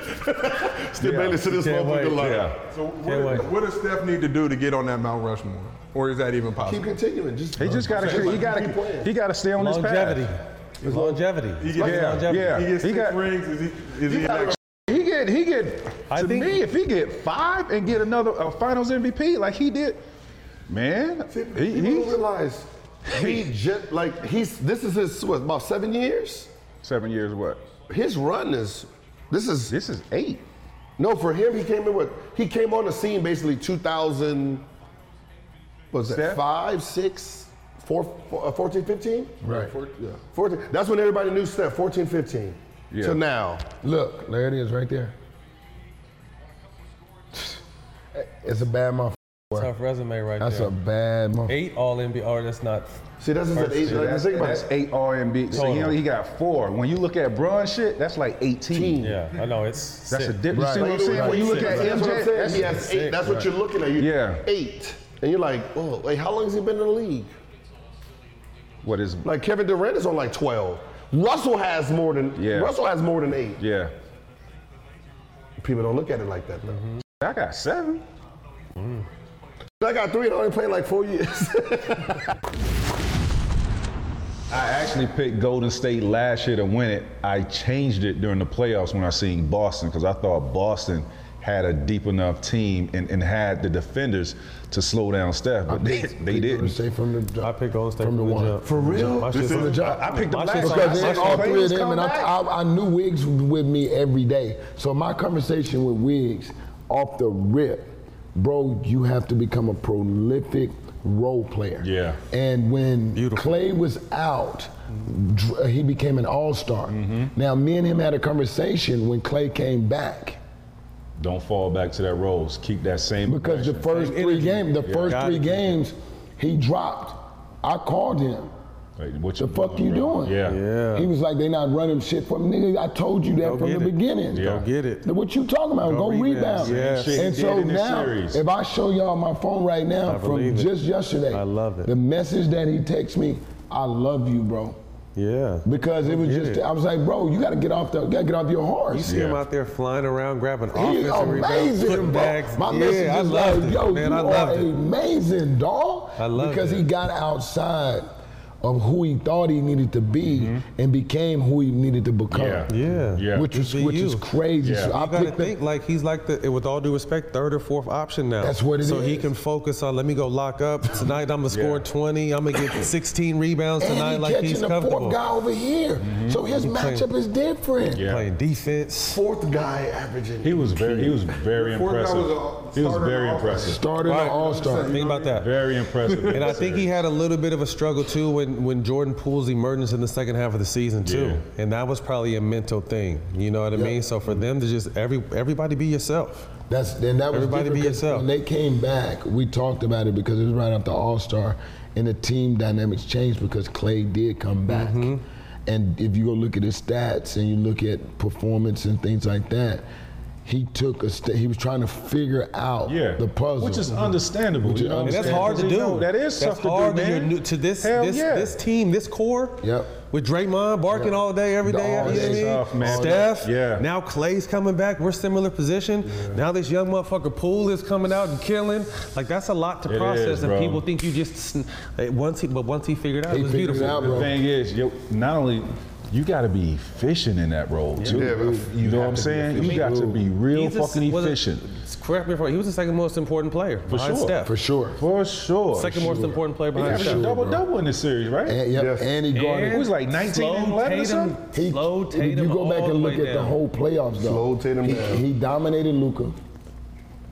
Speaker 3: Skip Bayless to this
Speaker 9: Can't wait.
Speaker 3: motherfucker. line.
Speaker 9: Yeah.
Speaker 1: So what, what does Steph need to do to get on that Mount Rushmore? Or is that even possible?
Speaker 3: Keep continuing. Just
Speaker 9: He just gotta he gotta he gotta stay on his path.
Speaker 10: Longevity. It's longevity.
Speaker 1: He gets,
Speaker 9: Yeah,
Speaker 10: longevity.
Speaker 9: yeah.
Speaker 1: He gets
Speaker 9: He
Speaker 1: six
Speaker 9: got-
Speaker 1: rings. Is he, is he,
Speaker 9: He
Speaker 1: an
Speaker 9: got-
Speaker 1: actual-
Speaker 9: he get he get
Speaker 10: I
Speaker 9: to
Speaker 10: think-
Speaker 9: me if he get five and get another a Finals MVP like he did, man. He,
Speaker 3: People
Speaker 9: he
Speaker 3: don't realize he just like he's this is his what about seven years?
Speaker 9: seven years what?
Speaker 3: His run is this is
Speaker 9: this is eight.
Speaker 3: No, for him he came in with he came on the scene basically 2000 was that
Speaker 9: Steph?
Speaker 3: five six four, four, uh, 14 15
Speaker 7: Right.
Speaker 3: yeah 14 that's when everybody knew Steph 14 15
Speaker 9: Yeah.
Speaker 3: till now
Speaker 7: Look, there it is right there. It's a bad motherfucker.
Speaker 10: Tough resume right
Speaker 7: That's
Speaker 10: there.
Speaker 7: a bad motherfucker.
Speaker 10: Eight All NBA. Or that's not.
Speaker 3: See, that's
Speaker 10: First
Speaker 9: See, that's, that's eight R and B. So you know,
Speaker 10: Total.
Speaker 9: he got four. When you look at Braun shit, that's like eighteen.
Speaker 10: Yeah, I know it's.
Speaker 9: That's
Speaker 10: sick.
Speaker 9: a dip. You see what I'm saying? When you look at
Speaker 3: that's what I'm
Speaker 9: MJ,
Speaker 3: saying. He has eight. That's what you're looking at. You,
Speaker 9: Yeah.
Speaker 3: Eight. And you're like, whoa, like how long has he been in the league?
Speaker 9: What is?
Speaker 3: Like Kevin Durant is on like 12. Russell has more than
Speaker 9: Yeah.
Speaker 3: Russell has more than eight.
Speaker 9: Yeah.
Speaker 3: People don't look at it like that though.
Speaker 9: I got seven.
Speaker 3: I got three and I only played like four years.
Speaker 9: I actually picked Golden State last year to win it. I changed it during the playoffs when I seen Boston because I thought Boston had a deep enough team and, and had the defenders to slow down Steph, but they, they didn't.
Speaker 7: Say from the jump.
Speaker 10: I pick Golden State
Speaker 7: from the one.
Speaker 10: jump.
Speaker 7: For
Speaker 10: real? My shit's
Speaker 7: from the
Speaker 10: on-
Speaker 7: jump.
Speaker 10: I- I picked the My black shit's on- guy.
Speaker 7: because
Speaker 10: I
Speaker 7: they had
Speaker 10: saw
Speaker 7: all three of
Speaker 10: Wiggins
Speaker 7: them,
Speaker 10: come
Speaker 7: and I,
Speaker 10: back.
Speaker 7: I, I knew Wiggs was with me every day. So my conversation with Wiggs off the rip, bro, you have to become a prolific role player.
Speaker 9: Yeah.
Speaker 7: And when Clay was out,
Speaker 11: dr- he became an all star. Now, me and him had a conversation when Clay came back.
Speaker 9: Don't fall back to that rose. Keep that same.
Speaker 11: Because the first three games, the first three games, he dropped. I called him.
Speaker 9: what the
Speaker 11: fuck you doing?
Speaker 9: Yeah.
Speaker 11: He was like, they not running shit for me. Nigga, I told you that
Speaker 9: Go
Speaker 11: from
Speaker 9: get
Speaker 11: the
Speaker 9: it.
Speaker 11: beginning.
Speaker 9: Go get it.
Speaker 11: What you talking about? Go,
Speaker 9: Go
Speaker 11: rebound.
Speaker 9: rebound. Yes. Shit he
Speaker 11: And
Speaker 9: did
Speaker 11: so
Speaker 9: in this
Speaker 11: now,
Speaker 9: series.
Speaker 11: if I show y'all my phone right now
Speaker 10: I
Speaker 11: from
Speaker 10: believe it.
Speaker 11: just yesterday, I
Speaker 10: love it.
Speaker 11: The message that he texts me, I love you, bro.
Speaker 10: Yeah.
Speaker 11: Because it was
Speaker 10: Get
Speaker 11: just,
Speaker 10: it.
Speaker 11: I was like, bro, "Oh, you gotta get off the, gotta get off your horse.
Speaker 10: You see him out there flying around, grabbing
Speaker 11: He's
Speaker 10: offensive rebounds,
Speaker 11: amazing,
Speaker 10: putting
Speaker 11: bro.
Speaker 10: bags.
Speaker 11: My message
Speaker 10: yeah, I
Speaker 11: is
Speaker 10: loved
Speaker 11: like,
Speaker 10: it,
Speaker 11: yo,
Speaker 10: man.
Speaker 11: you
Speaker 10: I
Speaker 11: are
Speaker 10: loved it.
Speaker 11: amazing, dog.
Speaker 10: I loved
Speaker 11: because
Speaker 10: it.
Speaker 11: he got outside of who he thought he needed to be and became who he needed to become.
Speaker 10: Yeah.
Speaker 11: Which is
Speaker 10: Be
Speaker 11: which is
Speaker 10: you.
Speaker 11: crazy. So I
Speaker 10: you gotta
Speaker 11: picked up
Speaker 10: think like he's like the with all due respect third or fourth option now.
Speaker 11: That's what it
Speaker 10: so he
Speaker 11: is.
Speaker 10: can focus on. Let me go lock up tonight. I'm gonna score 20. I'm gonna get 16 rebounds
Speaker 11: and
Speaker 10: tonight.
Speaker 11: he
Speaker 10: like
Speaker 11: catching
Speaker 10: he's
Speaker 11: the
Speaker 10: comfortable.
Speaker 11: fourth guy over here.
Speaker 9: Mm-hmm.
Speaker 11: So his
Speaker 10: He playing-
Speaker 11: matchup is different.
Speaker 10: Playing defense.
Speaker 11: Fourth guy averaging.
Speaker 9: He was very, he was very
Speaker 11: Fourth guy was
Speaker 9: impressive.
Speaker 11: a
Speaker 9: he was
Speaker 11: starter
Speaker 9: very
Speaker 11: all-
Speaker 9: impressive.
Speaker 11: starter and all-star.
Speaker 10: Think about that.
Speaker 9: Very impressive.
Speaker 10: And I think he had a little bit of a struggle too when, when Jordan Poole's emergence in the second half of the season too, and that was probably a mental thing. You know what I mean? So for them to just every everybody be yourself.
Speaker 11: That's then that was
Speaker 10: Everybody
Speaker 11: different
Speaker 10: be
Speaker 11: 'cause
Speaker 10: yourself.
Speaker 11: When they came back, we talked about it because it was right after All Star, and the team dynamics changed because Clay did come back.
Speaker 10: Mm-hmm.
Speaker 11: And if you go look at his stats and you look at performance and things like that, he took a st- he was trying to figure out
Speaker 9: Yeah.
Speaker 11: the puzzle,
Speaker 9: Which is understandable,
Speaker 11: Which is
Speaker 9: you know what I'm
Speaker 10: And that's
Speaker 9: saying?
Speaker 10: hard to
Speaker 9: Because, you know,
Speaker 10: do.
Speaker 9: that is
Speaker 10: That's
Speaker 9: tough to do,
Speaker 10: hard when
Speaker 9: man.
Speaker 10: you're new to this
Speaker 9: Hell
Speaker 10: this
Speaker 9: yeah.
Speaker 10: this team, this core.
Speaker 11: Yep.
Speaker 10: With Draymond barking
Speaker 11: Yep.
Speaker 10: all day, every
Speaker 11: All
Speaker 10: day. you know what I
Speaker 11: day.
Speaker 10: mean?
Speaker 11: Tough, man.
Speaker 10: Steph.
Speaker 9: Yeah.
Speaker 10: Now Clay's coming back. We're similar position. Now this young motherfucker Poole is coming out and killing. Like that's a lot to
Speaker 9: It
Speaker 10: process,
Speaker 9: is,
Speaker 10: and
Speaker 9: bro.
Speaker 10: people think you just sn- like, once he but once he figured out, it was beautiful.
Speaker 9: The thing is, yo, not only you got to be efficient in that role too.
Speaker 3: Yeah, bro.
Speaker 9: you know what I'm
Speaker 3: to be
Speaker 9: saying? You
Speaker 3: efficient.
Speaker 9: got to be real
Speaker 10: He's a-
Speaker 9: fucking
Speaker 10: was a-
Speaker 9: efficient.
Speaker 10: Correct me if I'm wrong. He was the second most important player
Speaker 9: For
Speaker 10: behind
Speaker 9: sure.
Speaker 10: Steph.
Speaker 9: For
Speaker 11: sure.
Speaker 9: For sure.
Speaker 10: Second most
Speaker 9: Sure.
Speaker 10: important player
Speaker 9: He
Speaker 10: behind
Speaker 9: averaged
Speaker 10: Steph.
Speaker 9: a double double in this series, right?
Speaker 11: And, yep, and he guarded.
Speaker 9: It was like 19 and 11 or something.
Speaker 11: He,
Speaker 10: slow
Speaker 11: if you
Speaker 10: Tatum
Speaker 11: go back
Speaker 10: all
Speaker 11: and
Speaker 10: the
Speaker 11: look
Speaker 10: way
Speaker 11: at the
Speaker 10: down.
Speaker 11: whole playoffs, though.
Speaker 3: Slow Tatum
Speaker 11: he,
Speaker 3: down.
Speaker 11: he dominated Luca,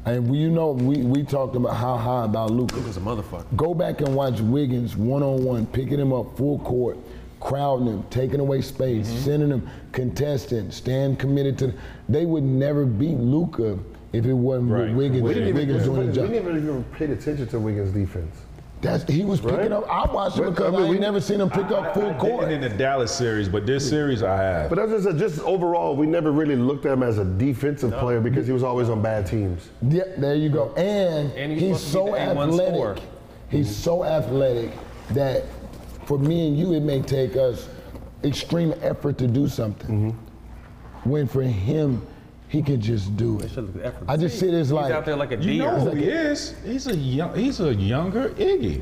Speaker 11: and we, you know we, we talked about how high about Luca. Luca's
Speaker 10: a motherfucker.
Speaker 11: Go back and watch Wiggins one on one, picking him up full court, crowding him, taking away space,
Speaker 9: Mm-hmm.
Speaker 11: sending him contestant, staying committed to. They would never beat Luca if it wasn't
Speaker 9: Right.
Speaker 11: with Wiggins.
Speaker 9: We didn't even-
Speaker 11: Wiggins doing the
Speaker 9: we
Speaker 11: job.
Speaker 9: didn't
Speaker 11: even
Speaker 8: paid attention to Wiggins' defense.
Speaker 11: That's, he was picking
Speaker 8: Right?
Speaker 11: up. I watched him
Speaker 8: But,
Speaker 11: because
Speaker 8: I
Speaker 11: I,
Speaker 8: mean,
Speaker 11: ain't
Speaker 8: we-
Speaker 11: never seen him pick
Speaker 9: I-
Speaker 11: up full
Speaker 9: I
Speaker 11: court.
Speaker 9: didn't in the Dallas series, but this series I have.
Speaker 8: But as I said, just overall, we never really looked at him as a defensive player because he was always on bad teams.
Speaker 11: Yeah, there you go. And,
Speaker 8: And he's
Speaker 11: he's,
Speaker 8: supposed
Speaker 11: so
Speaker 8: to be the A1
Speaker 11: athletic.
Speaker 8: scorer.
Speaker 11: He's so athletic that for me and you, it may take us extreme effort to do something. When for him, he could just do it. I just see this like
Speaker 9: you know who he is. He's a young, he's a younger Iggy.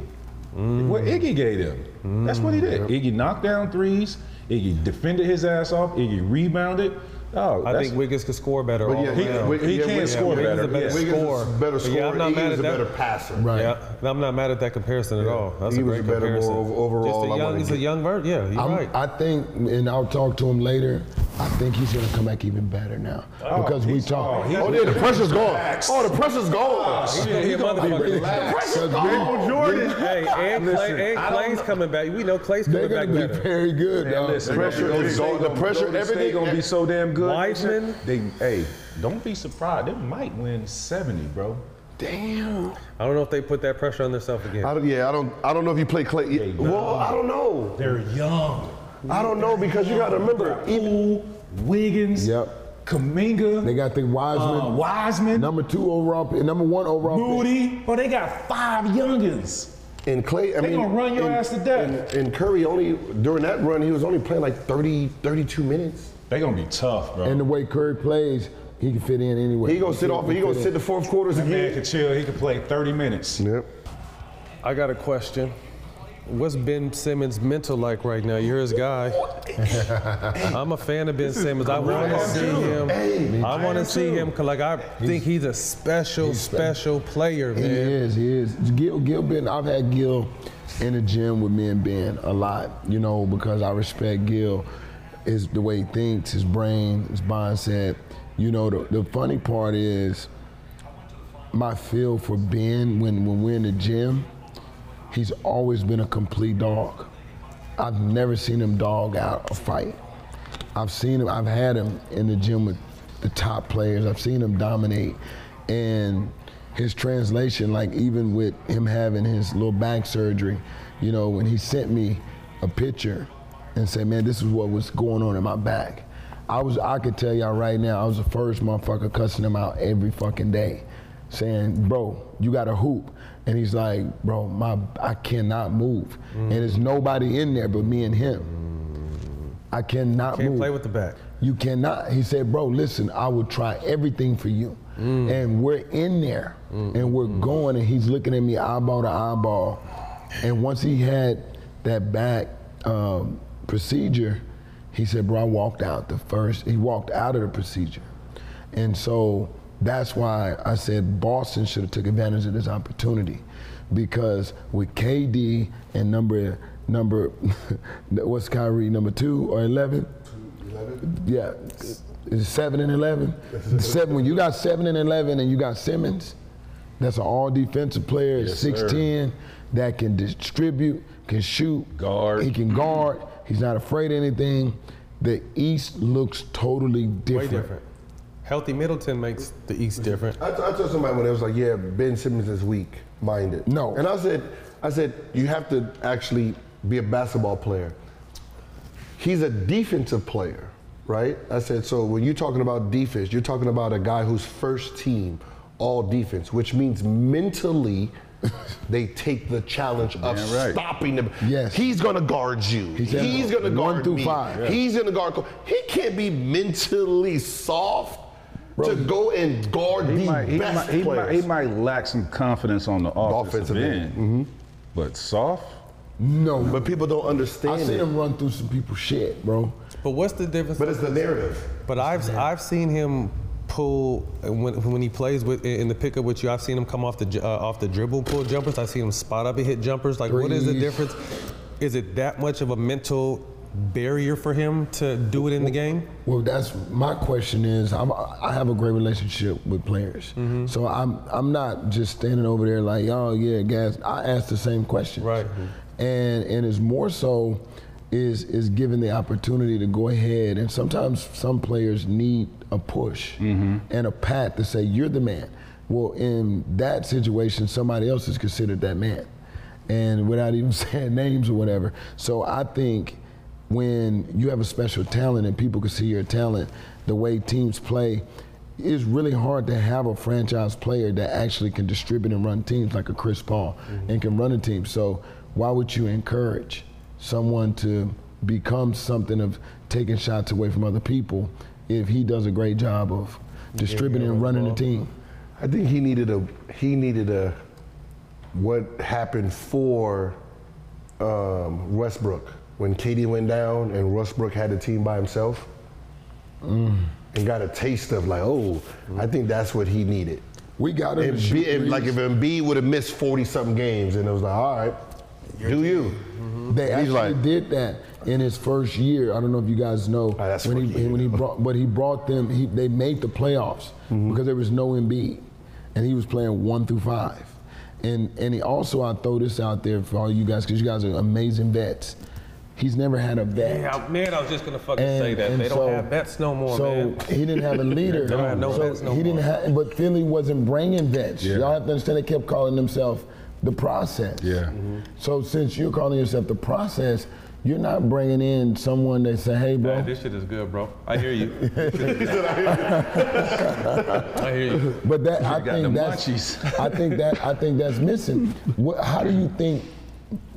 Speaker 9: What Iggy gave him. That's what he did. Iggy knocked down threes. Iggy defended his ass off. Iggy rebounded. Oh,
Speaker 10: I
Speaker 9: that's-
Speaker 10: think Wiggins could score better.
Speaker 9: But
Speaker 10: all
Speaker 9: yeah, he-
Speaker 10: around.
Speaker 9: Wi- He yeah, can Wiggins- score
Speaker 10: Wiggins
Speaker 9: better.
Speaker 10: is a better
Speaker 9: Yeah. Wiggins is
Speaker 10: scorer.
Speaker 9: better
Speaker 10: But yeah,
Speaker 9: scorer.
Speaker 10: I'm not
Speaker 9: Iggy is
Speaker 10: mad at
Speaker 9: a
Speaker 10: that.
Speaker 9: better passer.
Speaker 11: Right.
Speaker 10: Yeah, and I'm not mad at that comparison at all. That's
Speaker 11: He
Speaker 10: a
Speaker 11: was
Speaker 10: great
Speaker 11: a better
Speaker 10: comparison.
Speaker 11: more overall, I
Speaker 10: Just a young,
Speaker 11: wanna
Speaker 10: he's a
Speaker 11: get-
Speaker 10: young version. Yeah, you're
Speaker 11: I'm-
Speaker 10: right.
Speaker 11: I think, and I'll talk to him later. I think he's gonna come back even better now
Speaker 10: Oh,
Speaker 11: because we talk.
Speaker 8: Oh, yeah, the pressure's gone. Oh, the pressure's gone.
Speaker 11: Oh,
Speaker 10: Yeah, he
Speaker 8: He gonna be
Speaker 10: motherfucker.
Speaker 8: relaxed. The pressure's
Speaker 11: Because
Speaker 8: gone.
Speaker 11: we-
Speaker 8: Jordan.
Speaker 10: Hey, and,
Speaker 8: Listen,
Speaker 10: Clay, and
Speaker 8: I don't-
Speaker 10: Clay's coming back. We know Clay's coming
Speaker 11: gonna
Speaker 10: back
Speaker 11: be
Speaker 10: better.
Speaker 11: very good,
Speaker 9: Man,
Speaker 11: dog.
Speaker 9: listen,
Speaker 11: Pressure
Speaker 9: man,
Speaker 11: is
Speaker 9: Golden
Speaker 11: gone.
Speaker 9: State
Speaker 11: The pressure,
Speaker 9: Golden State
Speaker 11: everything-
Speaker 9: gonna be so damn good.
Speaker 10: Wiseman?
Speaker 9: They, hey, don't be surprised. They might win 70, bro.
Speaker 11: Damn.
Speaker 10: I don't know if they put that pressure on themselves again.
Speaker 8: I don't, yeah, I don't. I don't know if you play Clay. yeah, well, I don't know.
Speaker 9: They're young.
Speaker 8: I don't know because you got to remember.
Speaker 9: Poole, Wiggins,
Speaker 11: Yep.
Speaker 9: Kaminga.
Speaker 11: They got the Wiseman.
Speaker 9: Uh, Wiseman.
Speaker 11: Number two overall, pick- number one overall. pick.
Speaker 9: Moody. Bro, they got five youngins.
Speaker 8: And Clay, I
Speaker 9: They
Speaker 8: mean,
Speaker 9: gonna run your
Speaker 8: and-
Speaker 9: ass to death.
Speaker 8: And, and Curry only during that run, he was only playing like 30, 32 minutes.
Speaker 9: They gonna be tough, bro.
Speaker 11: And the way Curry plays, he can fit in anywhere.
Speaker 8: He gonna sit off. He gonna sit the fourth quarters
Speaker 9: That man
Speaker 8: again.
Speaker 9: can chill. He can play 30 minutes.
Speaker 8: Yep.
Speaker 10: I got a question. What's Ben Simmons' mental like right now? You're his guy. I'm a fan of Ben Simmons. I want to
Speaker 9: correct.
Speaker 10: see
Speaker 9: Dude,
Speaker 10: him.
Speaker 9: hey,
Speaker 10: I want
Speaker 9: I am
Speaker 10: to see
Speaker 9: too.
Speaker 10: him because, like, I think he's a special, special player,
Speaker 11: He
Speaker 10: man.
Speaker 11: is. He is. Gil. Gil been. I've had Gil in the gym with me and Ben a lot. You know because I respect Gil. Is the way he thinks, his brain, his mindset. You know the, the funny part is my feel for Ben when when we're in the gym. He's always been a complete dog. I've never seen him dog out a fight. I've seen him. I've had him in the gym with the top players. I've seen him dominate, and his translation, like even with him having his little back surgery, you know, when he sent me a picture and said, "Man, this is what was going on in my back." I was, I could tell y'all right now, I was the first motherfucker cussing him out every fucking day, saying, "Bro, you got a hoop," and he's like, "Bro, my, I cannot move," and there's nobody in there but me and him. I cannot
Speaker 10: Can't
Speaker 11: move.
Speaker 10: play with the back.
Speaker 11: You cannot. He said, bro, listen, I will try everything for you. And we're in there and we're going, and he's looking at me eyeball to eyeball. And once he had that back um, procedure, he said, bro, I walked out the first, he walked out of the procedure. And so that's why I said Boston should have took advantage of this opportunity because with KD and number, number, what's Kyrie, number two or 11? Yeah, is it seven and eleven? seven. When you got seven and eleven, and you got Simmons, that's an all defensive player,
Speaker 3: Yes,
Speaker 11: six ten, that can distribute, can shoot, guard. He can guard. He's not afraid of anything. The East looks totally different.
Speaker 10: Way different. Healthy Middleton makes the East different.
Speaker 3: I, I told somebody when they was like, "Yeah, Ben Simmons is weak-minded." No, and I said, "I said you have to actually be a basketball player. He's a defensive player, right?" I said, "So when you're talking about defense, you're talking about a guy who's first team all defense, which means mentally." they take the challenge of
Speaker 11: Damn right.
Speaker 3: stopping him. Yes. He's gonna guard you.
Speaker 11: He's
Speaker 3: He's,
Speaker 11: at
Speaker 3: gonna
Speaker 11: one
Speaker 3: guard
Speaker 11: through
Speaker 3: me.
Speaker 11: five. Yeah.
Speaker 3: He's gonna guard. He can't be mentally soft to go and guard the
Speaker 9: He might, he,
Speaker 3: best
Speaker 9: might, he,
Speaker 3: players.
Speaker 9: might, he might lack some confidence on the offensive,
Speaker 3: offensive
Speaker 9: end,
Speaker 3: end.
Speaker 9: but soft.
Speaker 11: No,
Speaker 3: but people don't understand.
Speaker 11: I seen him run through some people's shit, bro.
Speaker 10: But what's the difference?
Speaker 3: But it's the narrative.
Speaker 10: But I've I've seen him pull and when when he plays with in the pickup with you. I've seen him come off the ju- uh, off the dribble, pull jumpers. I've seen him spot up and hit jumpers. Like what is the
Speaker 11: Threes.
Speaker 10: difference? Is it that much of a mental barrier for him to do it in the game?
Speaker 11: Well, that's my question is I'm, I have a great relationship with players, so I'm I'm not just standing over there like oh yeah, guys. I ask the same questions, right? And and it's more so is is given the opportunity to go ahead, and sometimes some players need a push and a pat to say you're the man. Well, in that situation, somebody else is considered that man, and without even saying names or whatever. So I think when you have a special talent and people can see your talent, the way teams play, it's really hard to have a franchise player that actually can distribute and run teams like a Chris Paul and can run a team. So why would you encourage someone to become something of taking shots away from other people if he does a great job of distributing and running a team?
Speaker 3: I think he needed a he needed a what happened for um, Westbrook when KD went down and Westbrook had the team by himself and got a taste of like oh I think that's what he needed.
Speaker 11: We got him
Speaker 3: And
Speaker 11: to shoot
Speaker 3: Embiid- and like if
Speaker 11: threes.
Speaker 3: Embiid would have missed forty something games and it was like all right, do you?
Speaker 11: They
Speaker 3: He's
Speaker 11: actually
Speaker 3: like-
Speaker 11: did that in his first year. I don't know if you guys know when he when he brought but he brought them. He, they made the playoffs because there was no Embiid, and he was playing one through five. And and he also I throw this out there for all you guys because you guys are amazing vets. He's never had a vet.
Speaker 10: Yeah, I- man, I was just gonna fucking
Speaker 11: And-
Speaker 10: say that
Speaker 11: and
Speaker 10: they
Speaker 11: so-
Speaker 10: don't have bets no more,
Speaker 11: so
Speaker 10: man.
Speaker 11: he didn't have a leader.
Speaker 10: they don't have no
Speaker 11: so
Speaker 10: bets no
Speaker 11: he
Speaker 10: more.
Speaker 11: didn't have, but Philly wasn't bringing vets. Y'all have to understand. They kept calling themselves the process.
Speaker 9: Yeah.
Speaker 10: Mm-hmm.
Speaker 11: So since you're calling yourself the process, you're not bringing in someone that say, "Hey, bro,
Speaker 10: Hey, this shit is good, bro. I hear you. I hear you.
Speaker 11: But that I
Speaker 9: You got
Speaker 11: think
Speaker 9: the
Speaker 11: that's I think that I think that's missing. What, how do you think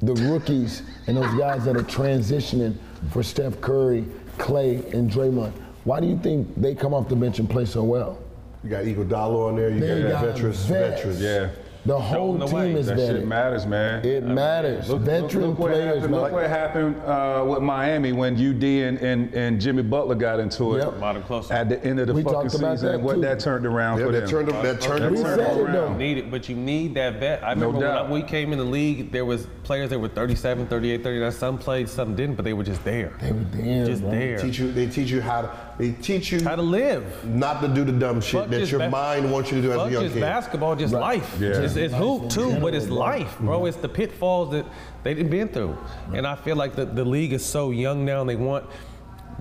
Speaker 11: the rookies and those guys that are transitioning for Steph Curry, Clay, and Draymond? Why do you think they come off the bench and play so well?
Speaker 3: You got Iguodala on there. You
Speaker 11: They
Speaker 3: got,
Speaker 11: got
Speaker 3: veterans.
Speaker 11: vets.
Speaker 3: Veterans.
Speaker 11: Yeah. The whole
Speaker 9: Showing
Speaker 11: team
Speaker 9: way.
Speaker 11: is
Speaker 9: that
Speaker 11: vetted.
Speaker 9: shit matters, man.
Speaker 11: It
Speaker 9: I mean,
Speaker 11: matters.
Speaker 9: Look,
Speaker 11: Veteran
Speaker 9: look, look what
Speaker 11: players
Speaker 9: happened,
Speaker 11: matter.
Speaker 9: look what happened uh, with Miami when UD and, and, and Jimmy Butler got into it.
Speaker 11: Yep. A lot of close-
Speaker 9: At the end of the
Speaker 11: We
Speaker 9: fucking
Speaker 11: talked about
Speaker 9: season,
Speaker 11: that
Speaker 9: and what
Speaker 11: too.
Speaker 9: that turned around
Speaker 3: Yeah,
Speaker 9: for
Speaker 3: that
Speaker 9: them.
Speaker 3: turned them- that turned them
Speaker 9: turned
Speaker 3: around.
Speaker 9: around.
Speaker 10: Need it, but you need that vet. I remember when I-
Speaker 9: doubt.
Speaker 10: we came in the league, there was players that were 37, 38, 39. Some played, some didn't, but they were just there. They were
Speaker 8: there,
Speaker 10: Just
Speaker 8: bro.
Speaker 10: there.
Speaker 8: Teach you- they teach you how to. They teach you
Speaker 10: how to live,
Speaker 8: not to do the dumb shit
Speaker 10: Fuck
Speaker 8: that
Speaker 10: just
Speaker 8: your
Speaker 10: ba-
Speaker 8: mind wants you to do as
Speaker 10: fuck
Speaker 8: a young
Speaker 10: just
Speaker 8: kid.
Speaker 10: basketball, just
Speaker 8: Right.
Speaker 10: life.
Speaker 8: Yeah.
Speaker 10: It's, it's
Speaker 8: Life in
Speaker 10: hoop too,
Speaker 8: general,
Speaker 10: but it's
Speaker 8: bro. Mm-hmm.
Speaker 10: life, bro. It's the pitfalls that they didn't been through. And I feel like the, the league is so young now and they want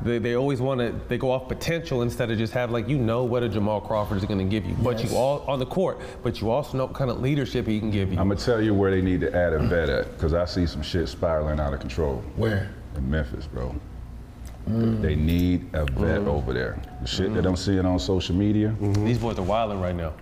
Speaker 10: they, they always want to they go off potential instead of just have like you know what a Jamal Crawford is going to give you, but you all on the court, but you also know what kind of leadership he can give you.
Speaker 9: I'm gonna tell you where they need to add a vet at, because I see some shit spiraling out of control.
Speaker 11: Where?
Speaker 9: In Memphis, bro. They need a vet over there. The shit that I'm seeing on social media.
Speaker 10: These boys are wilding right now.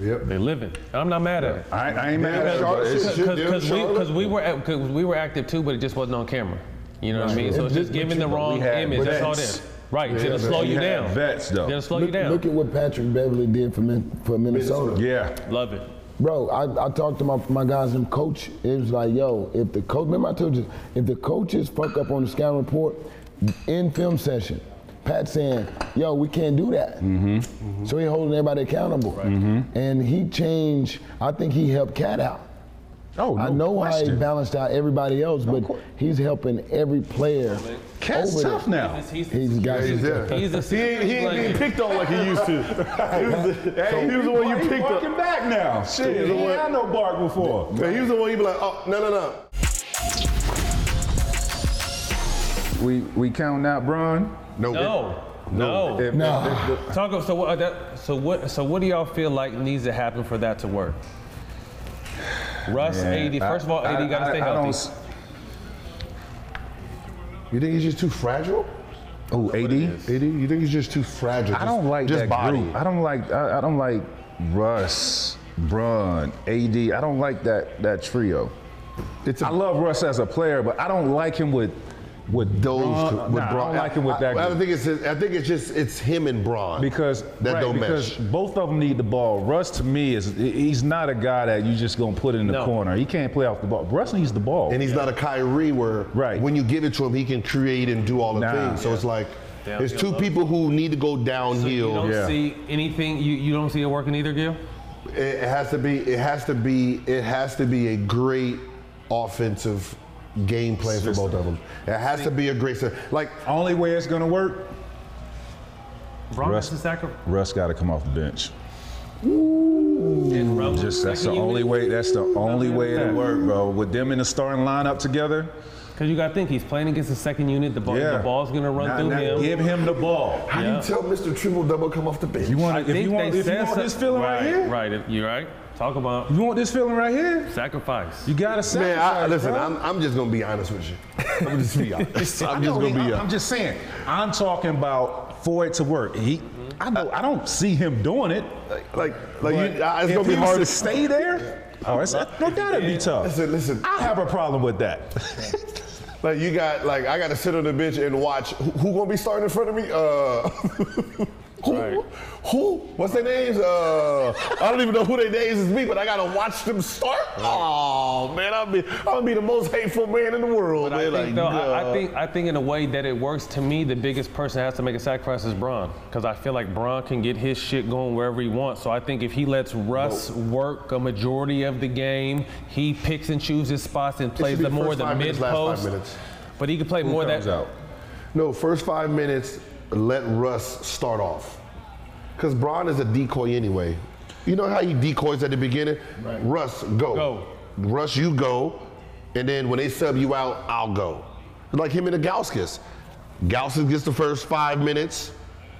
Speaker 9: Yep.
Speaker 10: They living. I'm not mad at it.
Speaker 9: I, I ain't mad at it. but it's-
Speaker 10: Because we, 'cause we were at- 'cause we were active too, but it just wasn't on camera. You know what I mean? So it's just giving the wrong image. That's all it is. Right. It's
Speaker 11: Yeah,
Speaker 10: gonna
Speaker 11: but
Speaker 10: slow
Speaker 11: we
Speaker 10: you
Speaker 11: had
Speaker 10: down.
Speaker 9: vets, though.
Speaker 10: They'll slow you
Speaker 11: Look,
Speaker 10: down.
Speaker 11: look at what Patrick Beverly did for, Min, for Minnesota.
Speaker 9: Yeah.
Speaker 10: Love it.
Speaker 11: Bro, I, I talked to my, my guys and coach. It was like, yo, if the coach, remember I told you, if the coaches fuck up on the scout report in film session, Pat saying, yo, we can't do that.
Speaker 9: Mm-hmm.
Speaker 11: So he holding everybody accountable. And he changed, I think he helped Cat out.
Speaker 9: Oh,
Speaker 11: I know how
Speaker 9: question.
Speaker 11: he balanced out everybody else, but he's helping every player.
Speaker 9: Cat's
Speaker 11: over
Speaker 9: tough
Speaker 11: there.
Speaker 9: now.
Speaker 11: He's, got
Speaker 9: He's
Speaker 11: some
Speaker 9: there. He's a
Speaker 11: tough-
Speaker 9: He ain't- he ain't being picked on like he used to. He was the- hey, he was the one you picked up. back now. Shit, he ain't had no bark before.
Speaker 3: He was the one you be like, oh, no, no, no.
Speaker 9: We we counting out Bron? Oh.
Speaker 10: No. No.
Speaker 9: If- if- if-
Speaker 10: Talk. So what? uh, That, so what? So what do y'all feel like needs to happen for that to work? Russ,
Speaker 9: Man,
Speaker 10: AD. First of all,
Speaker 9: I-
Speaker 10: AD got to
Speaker 9: I-
Speaker 10: stay
Speaker 9: I
Speaker 10: healthy.
Speaker 9: don't s- You think he's just too fragile? Oh, AD? AD? You think he's just too fragile? I
Speaker 8: Just-
Speaker 9: don't like
Speaker 8: just
Speaker 9: that
Speaker 8: body.
Speaker 9: group. I don't like I, I don't like Russ, Brun, AD. I don't like that that trio. It's I love Russ as a player, but I don't like him with with those.
Speaker 3: Those two-
Speaker 9: Uh, nah,
Speaker 3: with
Speaker 9: I
Speaker 3: Bron-
Speaker 9: don't like him with that.
Speaker 3: I, I
Speaker 9: group.
Speaker 3: think it's I think it's just it's him and Braun.
Speaker 9: Because
Speaker 3: that
Speaker 9: right,
Speaker 3: don't
Speaker 9: because
Speaker 3: mesh.
Speaker 9: both of them need the ball. Russ to me is he's not a guy that you just gonna put in the corner. He can't play off the ball. Russ needs the ball.
Speaker 3: And he's not a Kyrie where when you give it to him, he can create and do all the
Speaker 9: Nah.
Speaker 3: things. So it's like
Speaker 10: Downhill
Speaker 3: there's two
Speaker 10: low.
Speaker 3: people who need to go downhill.
Speaker 10: You don't see anything. You, you don't see it working either, Gil.
Speaker 3: It it has to be. It has to be. It has to be a great offensive game plan for both of them. It has to be a great. se- Like
Speaker 9: only way it's gonna work.
Speaker 10: Bron
Speaker 9: Russ-
Speaker 10: has to sacrifice.
Speaker 9: Russ got to come off the bench. Just that's the only way. That's the only way
Speaker 10: back.
Speaker 9: it'll work, bro. With them in the starting lineup together,
Speaker 10: Because you got to think he's playing against the second unit. The ball,
Speaker 9: Yeah.
Speaker 10: the ball's gonna run
Speaker 9: Now-
Speaker 10: through
Speaker 9: now
Speaker 10: him.
Speaker 9: give him the ball.
Speaker 10: How do you Yeah.
Speaker 3: tell Mr. Triple Double come off the bench?
Speaker 9: You want
Speaker 10: I
Speaker 9: if you
Speaker 10: think
Speaker 9: want,
Speaker 10: they
Speaker 9: if you
Speaker 10: said
Speaker 9: want
Speaker 10: some-
Speaker 9: this feeling right,
Speaker 10: right
Speaker 9: here,
Speaker 10: Right. You right? Talk about
Speaker 9: you want this feeling right here.
Speaker 10: sacrifice.
Speaker 9: You gotta
Speaker 3: Man,
Speaker 9: sacrifice.
Speaker 3: I, listen.
Speaker 9: bro.
Speaker 3: I'm, I'm just gonna be honest with you. I'm gonna just be honest.
Speaker 9: I
Speaker 3: I'm
Speaker 9: know
Speaker 3: just
Speaker 9: he-
Speaker 3: gonna be
Speaker 9: I'm- I'm
Speaker 3: honest.
Speaker 9: just saying. I'm talking about for it to work. He, I know. I don't see him doing it.
Speaker 3: Like, like you,
Speaker 9: But
Speaker 3: I- it's
Speaker 9: if
Speaker 3: gonna be
Speaker 9: he was
Speaker 3: hard
Speaker 9: to stay there. Oh, it's, no, that'd be tough.
Speaker 3: Listen, listen.
Speaker 9: I have a problem with that.
Speaker 3: Like you got like I got to sit on the bench and watch who, who gonna be starting in front of me. Uh, who, who? What's their names? Uh, I don't even know who their names is me, but I gotta watch them start. Oh man, I'll be I'll be the most hateful man in the world.
Speaker 10: I
Speaker 3: man.
Speaker 10: think,
Speaker 3: like,
Speaker 10: though, I, I
Speaker 3: uh,
Speaker 10: think I think in a way that it works to me. The biggest person that has to make a sacrifice is Braun, because I feel like Braun can get his shit going wherever he wants. So I think if he lets Russ work a majority of the game, he picks and chooses his spots and
Speaker 3: it
Speaker 10: plays
Speaker 3: should be
Speaker 10: the more
Speaker 3: first
Speaker 10: the
Speaker 3: five
Speaker 10: mid
Speaker 3: minutes, last five
Speaker 10: post.
Speaker 3: minutes.
Speaker 10: But he can play more that.
Speaker 3: No, first five minutes, let Russ start off. Because Braun is a decoy anyway. You know how he decoys at the beginning? Russ, go.
Speaker 10: Go.
Speaker 3: Russ, you go. And then when they sub you out, I'll go. Like him and the Gauskas. Gauskas gets the first five minutes.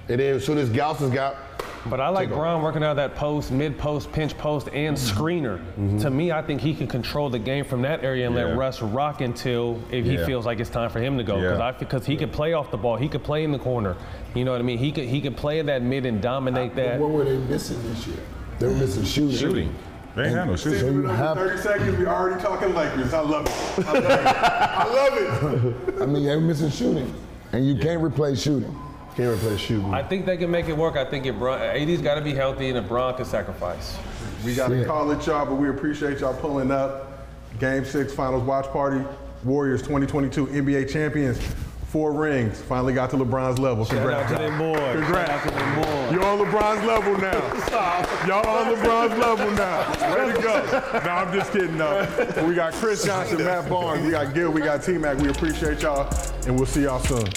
Speaker 3: And then as soon as Gauskas got,
Speaker 10: But I like Braun working out that post, mid post, pinch post, and
Speaker 9: Mm-hmm.
Speaker 10: screener. To me, I think he can control the game from that area and
Speaker 9: Yeah.
Speaker 10: let Russ rock until if he
Speaker 9: Yeah.
Speaker 10: feels like it's time for him to go. Because
Speaker 9: Yeah.
Speaker 10: I because he could play off the ball, he could play in the corner. You know what I mean? He could he could play in that mid and dominate that.
Speaker 11: What were they missing this year? They were missing shooting.
Speaker 9: Shooting. They ain't had no
Speaker 11: So
Speaker 9: shooting.
Speaker 11: you have,
Speaker 1: 30 seconds, we already talking Lakers. I love it. I love it. I love it.
Speaker 11: I mean, they were missing shooting, and you can't replace shooting.
Speaker 3: can't replace shooting.
Speaker 10: I think they can make it work. I think if Bron, AD's got to be healthy and if Bron can sacrifice.
Speaker 1: We got to
Speaker 11: Shit.
Speaker 1: call it y'all, but we appreciate y'all pulling up. Game six finals watch party, Warriors 2022 NBA champions. Four rings. Finally got to LeBron's level. Congrats.
Speaker 10: Shout out to them boys.
Speaker 1: Congrats.
Speaker 10: Shout out to them boys.
Speaker 1: You're on LeBron's level now. Y'all on LeBron's level now. Way to go. No, I'm just kidding. No. We got Chris Johnson, Matt Barnes. We got Gil. We got T Mac. We appreciate y'all, and we'll see y'all soon.